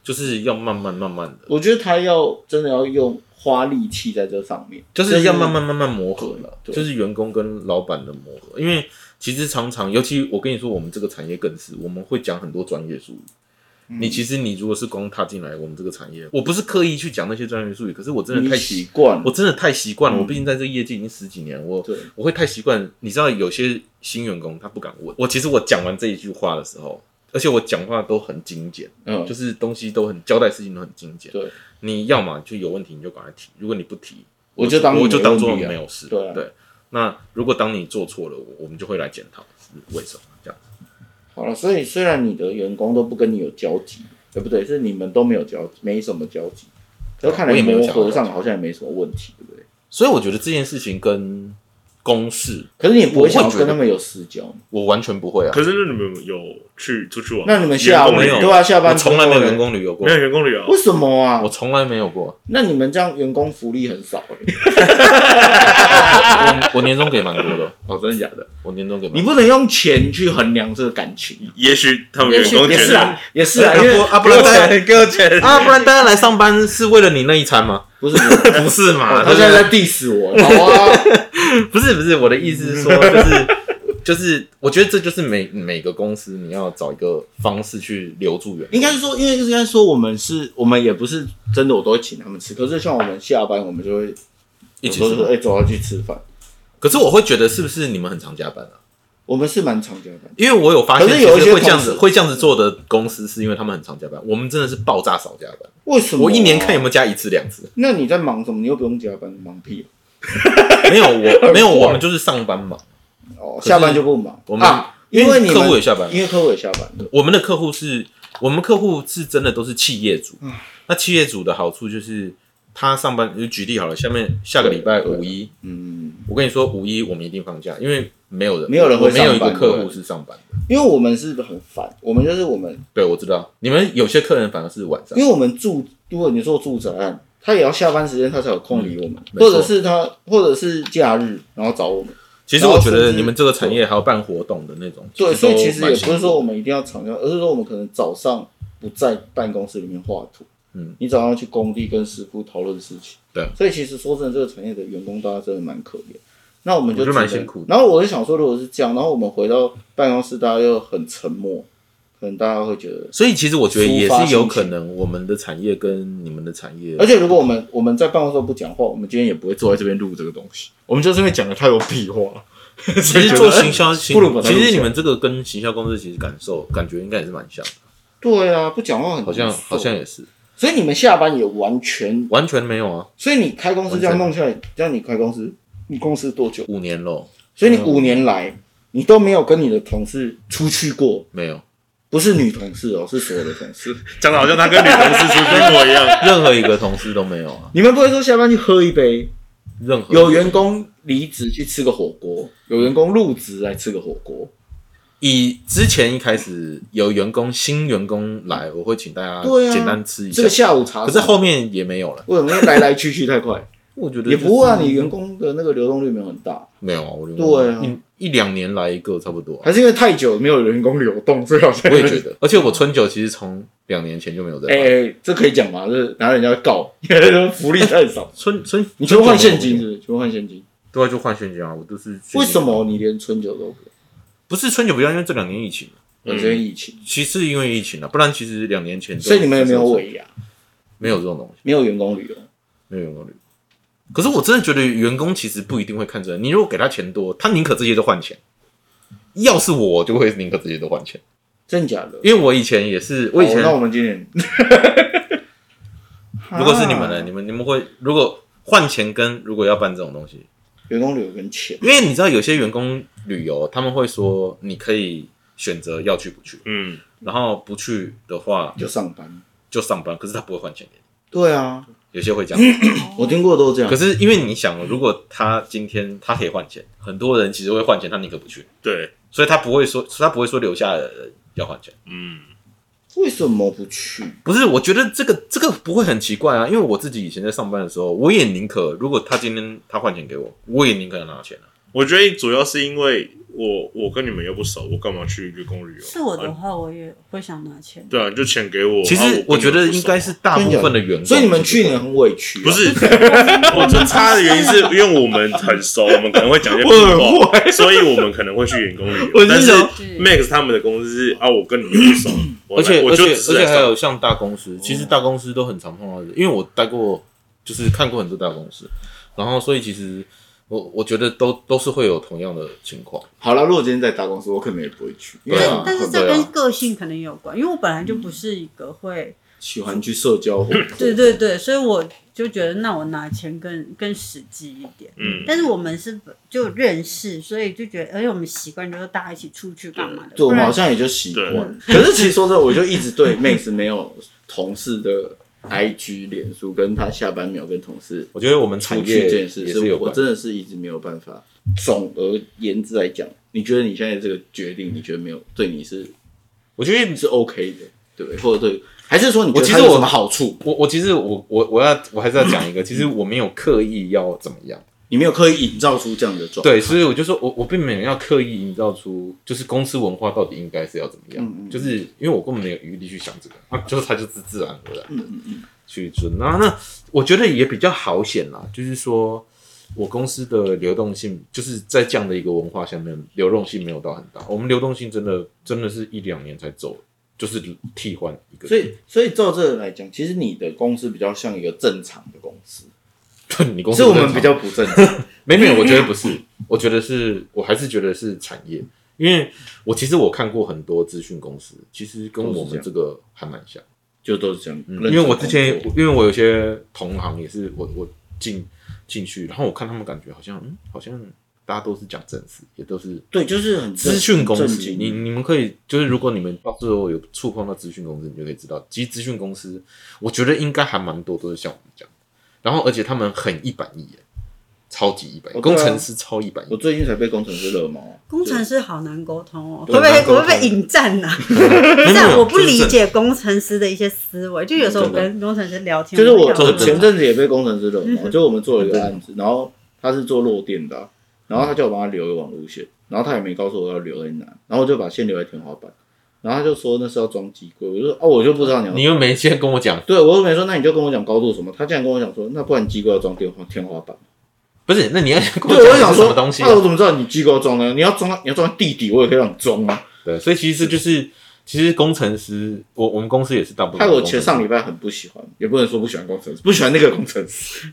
[SPEAKER 6] 就是要慢慢慢慢的，
[SPEAKER 5] 我觉得他要真的要用花力气在这上面，
[SPEAKER 6] 就是要慢慢慢慢磨合了，
[SPEAKER 5] 对对
[SPEAKER 6] 就是员工跟老板的磨合，因为其实常常，尤其我跟你说，我们这个产业更是，我们会讲很多专业术语。你其实你如果是光踏进来我们这个产业，我不是刻意去讲那些专业术语，可是我真
[SPEAKER 5] 你
[SPEAKER 6] 的太
[SPEAKER 5] 习惯了
[SPEAKER 6] 我真的太习惯了，
[SPEAKER 5] 嗯
[SPEAKER 6] 我毕竟在这个业界已经十几年，我
[SPEAKER 5] 对
[SPEAKER 6] 我会太习惯。你知道，有些新员工他不敢问我。其实我讲完这一句话的时候，而且我讲话都很精简，
[SPEAKER 5] 嗯，
[SPEAKER 6] 就是是东西都很交代事情都很精简。
[SPEAKER 5] 对，
[SPEAKER 6] 你要么就有问题你就赶快提，如果你不提，
[SPEAKER 5] 我就当
[SPEAKER 6] 我就当
[SPEAKER 5] 做
[SPEAKER 6] 做没有事。
[SPEAKER 5] 啊对啊
[SPEAKER 6] 那如果当你做错了，我我们就会来检讨是为什么这样。
[SPEAKER 5] 好了。所以虽然你的员工都不跟你有交集，对不对？是你们都没有交，没什么交集，然后看
[SPEAKER 6] 我
[SPEAKER 5] 来
[SPEAKER 6] 也没有
[SPEAKER 5] 磨
[SPEAKER 6] 想要
[SPEAKER 5] 合
[SPEAKER 6] 交集
[SPEAKER 5] 上好像也没什么问题，对不对？
[SPEAKER 6] 所以我觉得这件事情跟公事，
[SPEAKER 5] 可是你也不
[SPEAKER 6] 我
[SPEAKER 5] 会
[SPEAKER 6] 会
[SPEAKER 5] 想要
[SPEAKER 6] 觉
[SPEAKER 5] 跟
[SPEAKER 6] 得
[SPEAKER 5] 他们有私交吗，
[SPEAKER 6] 我完全不会啊。
[SPEAKER 3] 可是那你们有去出去玩吗？
[SPEAKER 5] 那你们下午
[SPEAKER 3] 员工旅游
[SPEAKER 5] 对啊，下班
[SPEAKER 6] 我从来没有
[SPEAKER 5] 之后呢
[SPEAKER 6] 员工旅游过
[SPEAKER 3] 没，有员工旅游？
[SPEAKER 5] 为什么啊
[SPEAKER 6] 我？从来没有过。
[SPEAKER 5] 那你们这样员工福利很少欸、
[SPEAKER 6] 我我年终给蛮多 的，
[SPEAKER 5] 哦，真的假的？
[SPEAKER 6] 我年终给蛮多的
[SPEAKER 5] 你不能用钱去衡量这个感情、啊。
[SPEAKER 3] 也许他们员工
[SPEAKER 5] 也
[SPEAKER 3] 觉
[SPEAKER 5] 是
[SPEAKER 3] 得
[SPEAKER 5] 啊，也是啊，因为
[SPEAKER 6] 啊不
[SPEAKER 3] 给
[SPEAKER 6] 然
[SPEAKER 3] 我
[SPEAKER 6] 大家
[SPEAKER 3] 钱，给我钱，
[SPEAKER 6] 啊不然大家来上班是为了你那一餐吗？
[SPEAKER 5] 不是我
[SPEAKER 6] 不是嘛？
[SPEAKER 5] 他
[SPEAKER 6] 对
[SPEAKER 5] 现
[SPEAKER 6] 不
[SPEAKER 5] 在
[SPEAKER 6] 对
[SPEAKER 5] 在 diss 我，好啊，
[SPEAKER 6] 不是不是我的意思是说，就是
[SPEAKER 5] 嗯
[SPEAKER 6] 就是 我觉得这就是每每个公司你要找一个方式去留住员工。
[SPEAKER 5] 应该是说，因为应该说我们是，我们也不是真的，我都会请他们吃。可是像我们下班，我们就会
[SPEAKER 6] 一起
[SPEAKER 5] 有时候
[SPEAKER 6] 说
[SPEAKER 5] 说，哎、走下去吃饭。
[SPEAKER 6] 可是我会觉得是不是你们很常加班啊？
[SPEAKER 5] 我们是蛮常加班，
[SPEAKER 6] 因为我有发现，
[SPEAKER 5] 可是有一
[SPEAKER 6] 其
[SPEAKER 5] 些
[SPEAKER 6] 实会这样
[SPEAKER 5] 同
[SPEAKER 6] 子
[SPEAKER 5] 事
[SPEAKER 6] 会这样子做的公司，是因为他们很常加班。我们真的是爆炸少加班，
[SPEAKER 5] 为什么啊、
[SPEAKER 6] 我一年看有没有加一次两次。
[SPEAKER 5] 那你在忙什么？你又不用加班，忙屁啊
[SPEAKER 6] 没有 我没有我们就是上班嘛。
[SPEAKER 5] 哦！哦
[SPEAKER 6] 是
[SPEAKER 5] 下班就不忙，
[SPEAKER 6] 我们
[SPEAKER 5] 啊，因为你们
[SPEAKER 6] 客户也下班了
[SPEAKER 5] 因为客户也下班了，
[SPEAKER 6] 我们的客户是，我们客户是真的都是企业主。
[SPEAKER 5] 嗯
[SPEAKER 6] 那企业主的好处就是，他上班就举例好了，下面下个礼拜
[SPEAKER 5] 对
[SPEAKER 6] 五一，
[SPEAKER 5] 嗯，
[SPEAKER 6] 我跟你说五一我们一定放假，因为没有人，
[SPEAKER 5] 没有人会
[SPEAKER 6] 我没有
[SPEAKER 5] 上
[SPEAKER 6] 一个
[SPEAKER 5] 班
[SPEAKER 6] 客户是上班的。
[SPEAKER 5] 因为我们是很烦，我们就是我们，
[SPEAKER 6] 对，我知道你们有些客人反而是晚上
[SPEAKER 5] 因，为我们住，如果你做住宅案，他也要下班时间他才有空理我们，
[SPEAKER 6] 嗯没错
[SPEAKER 5] 或者是他，或者是假日然后找我们。
[SPEAKER 6] 其实
[SPEAKER 5] 然后
[SPEAKER 6] 我觉
[SPEAKER 5] 甚
[SPEAKER 6] 得
[SPEAKER 5] 至
[SPEAKER 6] 你们这个产业还有办活动的那种，
[SPEAKER 5] 对，所以其实
[SPEAKER 6] 都
[SPEAKER 5] 也
[SPEAKER 6] 蛮
[SPEAKER 5] 不
[SPEAKER 6] 辛苦
[SPEAKER 5] 是说我们一定要常用，而是说我们可能早上不在办公室里面画图，
[SPEAKER 6] 嗯，
[SPEAKER 5] 你早上去工地跟师傅讨论事情，
[SPEAKER 6] 对
[SPEAKER 5] 所以其实说真的，这个产业的员工大家真的蛮可怜。那我们就
[SPEAKER 6] 我觉得蛮
[SPEAKER 5] 只能
[SPEAKER 6] 辛苦的
[SPEAKER 5] 然后我就想说，如果是这样，然后我们回到办公室，大家又很沉默，可能大家会觉得，
[SPEAKER 6] 所以其实我觉得也
[SPEAKER 5] 抒发心
[SPEAKER 6] 是
[SPEAKER 5] 情
[SPEAKER 6] 有可能，我们的产业跟你们的产业
[SPEAKER 5] 而且如果我们我们在办公室不讲话，我们今天也不会坐在这边录这个东西，我们就是因为讲的太多屁 话。
[SPEAKER 6] 其实做行销，行
[SPEAKER 5] 不如把它
[SPEAKER 6] 其
[SPEAKER 5] 录
[SPEAKER 6] 实
[SPEAKER 5] 起
[SPEAKER 6] 你
[SPEAKER 5] 来
[SPEAKER 6] 们这个跟行销公司其实感受感觉应该也是蛮像的。
[SPEAKER 5] 对啊，不讲话很
[SPEAKER 6] 好像
[SPEAKER 5] 难受
[SPEAKER 6] 好像，也是，
[SPEAKER 5] 所以你们下班也完全，
[SPEAKER 6] 完全没有啊，
[SPEAKER 5] 所以你开公司这样弄下来，这样你开公司，你公司多久？
[SPEAKER 6] 五年喽，
[SPEAKER 5] 所以你五年来，你都没有跟你的同事出去过，
[SPEAKER 6] 没有
[SPEAKER 5] 不是女同事哦，是所有的同事。
[SPEAKER 3] 讲的好像他跟女同事出去一模一样。
[SPEAKER 6] 任何一个同事都没有啊，
[SPEAKER 5] 你们不会说下班去喝一杯？
[SPEAKER 6] 任何
[SPEAKER 5] 有员工离职去吃个火锅，有员工入职来吃个火锅。
[SPEAKER 6] 以之前一开始有员工新员工来，我会请大家
[SPEAKER 5] 对啊
[SPEAKER 6] 简单吃一
[SPEAKER 5] 这
[SPEAKER 6] 下
[SPEAKER 5] 个，下午茶，
[SPEAKER 6] 可是后面也没有了，
[SPEAKER 5] 为什么来来去去太 快？
[SPEAKER 6] 我觉得
[SPEAKER 5] 也
[SPEAKER 6] 就是
[SPEAKER 5] 不会啊，你员工的那个流动率没有很大，
[SPEAKER 6] 没有啊，我觉得
[SPEAKER 5] 对啊
[SPEAKER 6] 一一两年来一个差不多啊、
[SPEAKER 5] 还是因为太久没有员工流动，所以好像
[SPEAKER 6] 我也觉。得，而且我春酒其实从两年前就没有在
[SPEAKER 5] 哎、
[SPEAKER 6] 办、
[SPEAKER 5] 哎这可以讲吗？这拿人家告， 因为福利太少。
[SPEAKER 6] 春春
[SPEAKER 5] 你全部换现金
[SPEAKER 6] 春酒
[SPEAKER 5] 是不是？全部换现金？
[SPEAKER 6] 没有对啊，就换现金啊，我都是现金
[SPEAKER 5] 为什么你连春酒都不
[SPEAKER 6] 不是春酒不要？因为这两年疫情，
[SPEAKER 5] 有？因为疫情，
[SPEAKER 6] 其实因为疫情啊，不然其实两年前就
[SPEAKER 5] 所以你们也没有尾牙，
[SPEAKER 6] 没有这种东西，
[SPEAKER 5] 没有员工旅游。
[SPEAKER 6] 没有员工旅游。可是我真的觉得员工其实不一定会看这个，你如果给他钱多，他宁可这些都换钱。要是我，我就会宁可这些都换钱，
[SPEAKER 5] 真假的？
[SPEAKER 6] 因为我以前也是，我以
[SPEAKER 5] 哦、
[SPEAKER 6] 前
[SPEAKER 5] 那我们今年，
[SPEAKER 6] 如果是你们
[SPEAKER 5] 啊
[SPEAKER 6] 呢？你们你们会如果换钱跟如果要办这种东西，
[SPEAKER 5] 员工旅游跟钱，
[SPEAKER 6] 因为你知道有些员工旅游，他们会说你可以选择要去不去，
[SPEAKER 3] 嗯，
[SPEAKER 6] 然后不去的话
[SPEAKER 5] 就上班。
[SPEAKER 6] 就上班，可是他不会换钱给你。
[SPEAKER 5] 对啊，
[SPEAKER 6] 有些会这样，
[SPEAKER 5] 我听过都这样。
[SPEAKER 6] 可是因为你想，如果他今天他可以换钱，很多人其实会换钱，他宁可不去，
[SPEAKER 3] 对，
[SPEAKER 6] 所以他不会说，所以他不会说留下的人要换钱。
[SPEAKER 3] 嗯，
[SPEAKER 5] 为什么不去？
[SPEAKER 6] 不是，我觉得这个这个不会很奇怪啊，因为我自己以前在上班的时候，我也宁可，如果他今天他换钱给我，我也宁可拿钱啊。
[SPEAKER 3] 我觉得主要是因为我我跟你们又不熟，我干嘛去员工旅游？
[SPEAKER 1] 是我的
[SPEAKER 3] 啊
[SPEAKER 1] 话，我也会想拿钱。
[SPEAKER 3] 对啊，你就钱给我。
[SPEAKER 6] 其
[SPEAKER 3] 啊
[SPEAKER 6] 实我
[SPEAKER 3] 我
[SPEAKER 6] 觉
[SPEAKER 3] 跟你们
[SPEAKER 6] 得
[SPEAKER 3] 不熟
[SPEAKER 6] 应该是大部分的员工，
[SPEAKER 5] 所以你们去年很委屈、啊
[SPEAKER 3] 不， 是，我就差的原因是因为我们很熟，我们可能会讲一些
[SPEAKER 4] 我
[SPEAKER 3] 屁话，所以我们可能会去员工旅
[SPEAKER 4] 我
[SPEAKER 3] 游。
[SPEAKER 4] 是
[SPEAKER 3] 但是
[SPEAKER 6] 哦
[SPEAKER 4] 想
[SPEAKER 1] 是
[SPEAKER 3] Max 他们的公司是啊，我跟你们不熟，我
[SPEAKER 6] 而
[SPEAKER 3] 来
[SPEAKER 6] 且
[SPEAKER 3] 我
[SPEAKER 6] 而
[SPEAKER 3] 就
[SPEAKER 6] 且
[SPEAKER 3] 只是
[SPEAKER 6] 而且
[SPEAKER 3] 来
[SPEAKER 6] 还
[SPEAKER 3] 上
[SPEAKER 6] 有像大公司，其实大公司都很常碰到的，因为我待过，就是看过很多大公司，然后所以其实我我觉得都都是会有同样的情况。
[SPEAKER 5] 好了，如果今天在大公司，我可能也不会去，因为
[SPEAKER 6] 对
[SPEAKER 5] 我很
[SPEAKER 6] 啊
[SPEAKER 1] 但是
[SPEAKER 6] 对
[SPEAKER 1] 这
[SPEAKER 6] 啊
[SPEAKER 1] 跟个性可能有关，因为我本来就不是一个会，
[SPEAKER 5] 喜欢去社交活动。
[SPEAKER 1] 对对对，所以我就觉得那我拿钱更更实际一点。
[SPEAKER 3] 嗯，
[SPEAKER 1] 但是我们是就认识，所以就觉得，而哎且我们习惯就是大家一起出去干嘛的，
[SPEAKER 5] 对，我
[SPEAKER 1] 不
[SPEAKER 5] 们
[SPEAKER 1] 然
[SPEAKER 5] 好像也就习惯
[SPEAKER 3] 对。
[SPEAKER 5] 可是其实说真的，我就一直对 Max 没有同事的 IG、脸书，跟他下班没有跟同事
[SPEAKER 6] 我觉得我们
[SPEAKER 5] 出
[SPEAKER 6] 产
[SPEAKER 5] 去
[SPEAKER 6] 业
[SPEAKER 5] 这件
[SPEAKER 6] 也
[SPEAKER 5] 事，
[SPEAKER 6] 是
[SPEAKER 5] 是
[SPEAKER 6] 有
[SPEAKER 5] 我
[SPEAKER 6] 关，
[SPEAKER 5] 真的是一直没有办法。总而言之来讲，你觉得你现在这个决定，你觉得没有对你是
[SPEAKER 6] 我觉得
[SPEAKER 5] 是 OK 的，对不对？或者对，还是说你觉
[SPEAKER 6] 我
[SPEAKER 5] 得
[SPEAKER 6] 其
[SPEAKER 5] 它
[SPEAKER 6] 实
[SPEAKER 5] 有
[SPEAKER 6] 我
[SPEAKER 5] 什么好处？
[SPEAKER 6] 我我其实我我我要我还是要讲一个，其实我没有刻意要怎么样。
[SPEAKER 5] 你没有刻意营造出这样的状态。
[SPEAKER 6] 对，所以我就说我我并没有要刻意营造出就是公司文化到底应该是要怎么样，
[SPEAKER 5] 嗯嗯嗯
[SPEAKER 6] 就是因为我根本没有余力去想这个，啊，就是它就是自然而然
[SPEAKER 5] 嗯嗯嗯。
[SPEAKER 6] 去做。那那我觉得也比较好险啦，就是说我公司的流动性就是在这样的一个文化下面，流动性没有到很大，我们流动性真的真的是一两年才走，就是替换一个，
[SPEAKER 5] 所以，所以照这个来讲，其实你的公司比较像一个正常的公司，
[SPEAKER 6] 你公司
[SPEAKER 5] 是我们
[SPEAKER 6] 正常
[SPEAKER 5] 比较不正 常。
[SPEAKER 6] 没没有，我觉得不是，我觉得是我还是觉得是产业，因为我其实我看过很多资讯公司，其实跟我们这个还蛮像，
[SPEAKER 5] 就都是这样。
[SPEAKER 6] 嗯
[SPEAKER 5] 认真
[SPEAKER 6] 因为我之前
[SPEAKER 5] 工作
[SPEAKER 6] 因为我有些同行也是我我进进去，然后我看他们感觉好像嗯好像大家都是讲正事，也都是
[SPEAKER 5] 对，就是很正
[SPEAKER 6] 资讯公
[SPEAKER 5] 正
[SPEAKER 6] 司，
[SPEAKER 5] 经
[SPEAKER 6] 你你们可以就是如果你们到最后有触碰到资讯公司，你就可以知道，其实资讯公司我觉得应该还蛮多都是像我们这样，然后而且他们很一板一眼，超级一板一眼，
[SPEAKER 5] 哦对啊
[SPEAKER 6] 工程师超一板一
[SPEAKER 5] 我。
[SPEAKER 6] 眼
[SPEAKER 5] 最近才被工程师惹毛。啊
[SPEAKER 1] 工程师好难沟通哦，会
[SPEAKER 5] 对
[SPEAKER 1] 不会
[SPEAKER 5] 难沟
[SPEAKER 1] 我
[SPEAKER 5] 通
[SPEAKER 1] 会不会引战 呐、
[SPEAKER 6] 没有
[SPEAKER 1] 不是
[SPEAKER 6] 没
[SPEAKER 1] 啊，
[SPEAKER 6] 有
[SPEAKER 1] 我不理
[SPEAKER 6] 这是正
[SPEAKER 1] 解工程师的一些思维，就有时候我跟工程师聊天，
[SPEAKER 5] 就是
[SPEAKER 1] 我
[SPEAKER 5] 我
[SPEAKER 1] 会
[SPEAKER 5] 我
[SPEAKER 1] 聊
[SPEAKER 6] 做
[SPEAKER 1] 到
[SPEAKER 5] 前阵子也被工程师惹毛，就我们做了一个案子，然后他是做弱电的啊、然后他叫我帮他留个网路线，然后他也没告诉我要留在哪，然后我就把线留在天花板，然后他就说那是要装机柜，我就说哦，我就不知道你要
[SPEAKER 6] 你又没先跟我讲，
[SPEAKER 5] 对我又没说，那你就跟我讲高度什么，他竟然跟我讲说，那不然机构要装天花天花板。
[SPEAKER 6] 不是？那你要先跟
[SPEAKER 5] 对， 我就想
[SPEAKER 6] 讲是什
[SPEAKER 5] 说，
[SPEAKER 6] 么东西啊、
[SPEAKER 5] 那我怎么知道你机构装呢？你要装，你要装在地底，我也可以让你装啊。
[SPEAKER 6] 对，所以其实就是，其实工程师，我我们公司也是大部分
[SPEAKER 5] 害
[SPEAKER 6] 的
[SPEAKER 5] 哦我
[SPEAKER 6] 工
[SPEAKER 5] 前
[SPEAKER 6] 程师。
[SPEAKER 5] 上礼拜很不喜欢，也不能说不喜欢工程师，不喜欢那个工程师，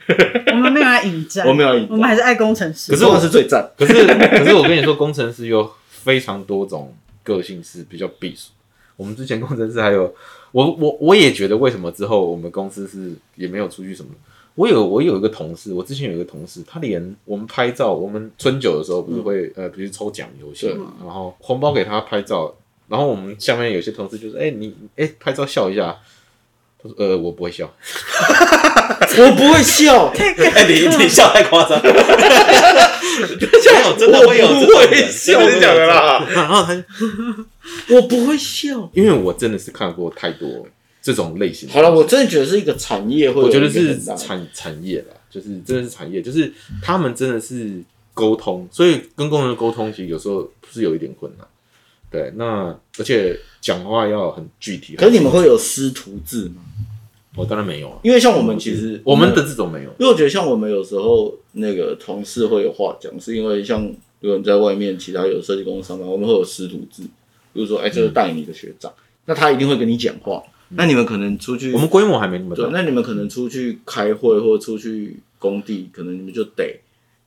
[SPEAKER 1] 我们没有来引战，
[SPEAKER 5] 我没有引战
[SPEAKER 1] 我们还是爱啊工程师。
[SPEAKER 6] 可是
[SPEAKER 5] 工
[SPEAKER 6] 我
[SPEAKER 5] 程师最赞。
[SPEAKER 6] 可是可是我跟你说，工程师有非常多种个性是比较避暑，我们之前工程师还有我我我也觉得为什么之后我们公司是也没有出去什么。我有我有一个同事，我之前有一个同事，他连我们拍照，我们春酒的时候不是会、
[SPEAKER 5] 嗯
[SPEAKER 6] 呃，比如抽奖游戏嘛，然后红包给他拍照，然后我们下面有些同事就是哎、你哎、拍照笑一下，他说呃我不会笑，
[SPEAKER 5] 我不会笑，
[SPEAKER 6] 哎、你你笑太夸张，真的会有这种人，真的会有这种人
[SPEAKER 3] 真的假的啦？
[SPEAKER 6] 然后他就
[SPEAKER 5] 我不会笑。
[SPEAKER 6] 因为我真的是看过太多这种类型的
[SPEAKER 5] 好了，我真的觉得是一个产业，
[SPEAKER 6] 我觉得是
[SPEAKER 5] 产。
[SPEAKER 6] 产产业啦，就是真的是产业，就是他们真的是沟通，所以跟工人沟通其实有时候是有一点困难。对，那而且讲话要很具体。
[SPEAKER 5] 可是你们会有师徒制吗？
[SPEAKER 6] 我当然没有啊，
[SPEAKER 5] 因为像我们其实
[SPEAKER 6] 我们的这种没有。
[SPEAKER 5] 因为我觉得像我们有时候那个同事会有话讲，是因为像如果你在外面其他有设计公司上班，我们会有师徒制，比如说哎，这
[SPEAKER 6] 嗯
[SPEAKER 5] 是带你的学长，那他一定会跟你讲话。那你们可能出去，
[SPEAKER 6] 我们规模还没那么
[SPEAKER 5] 对，
[SPEAKER 6] 大，
[SPEAKER 5] 那你们可能出去开会或出去工地，可能你们就得，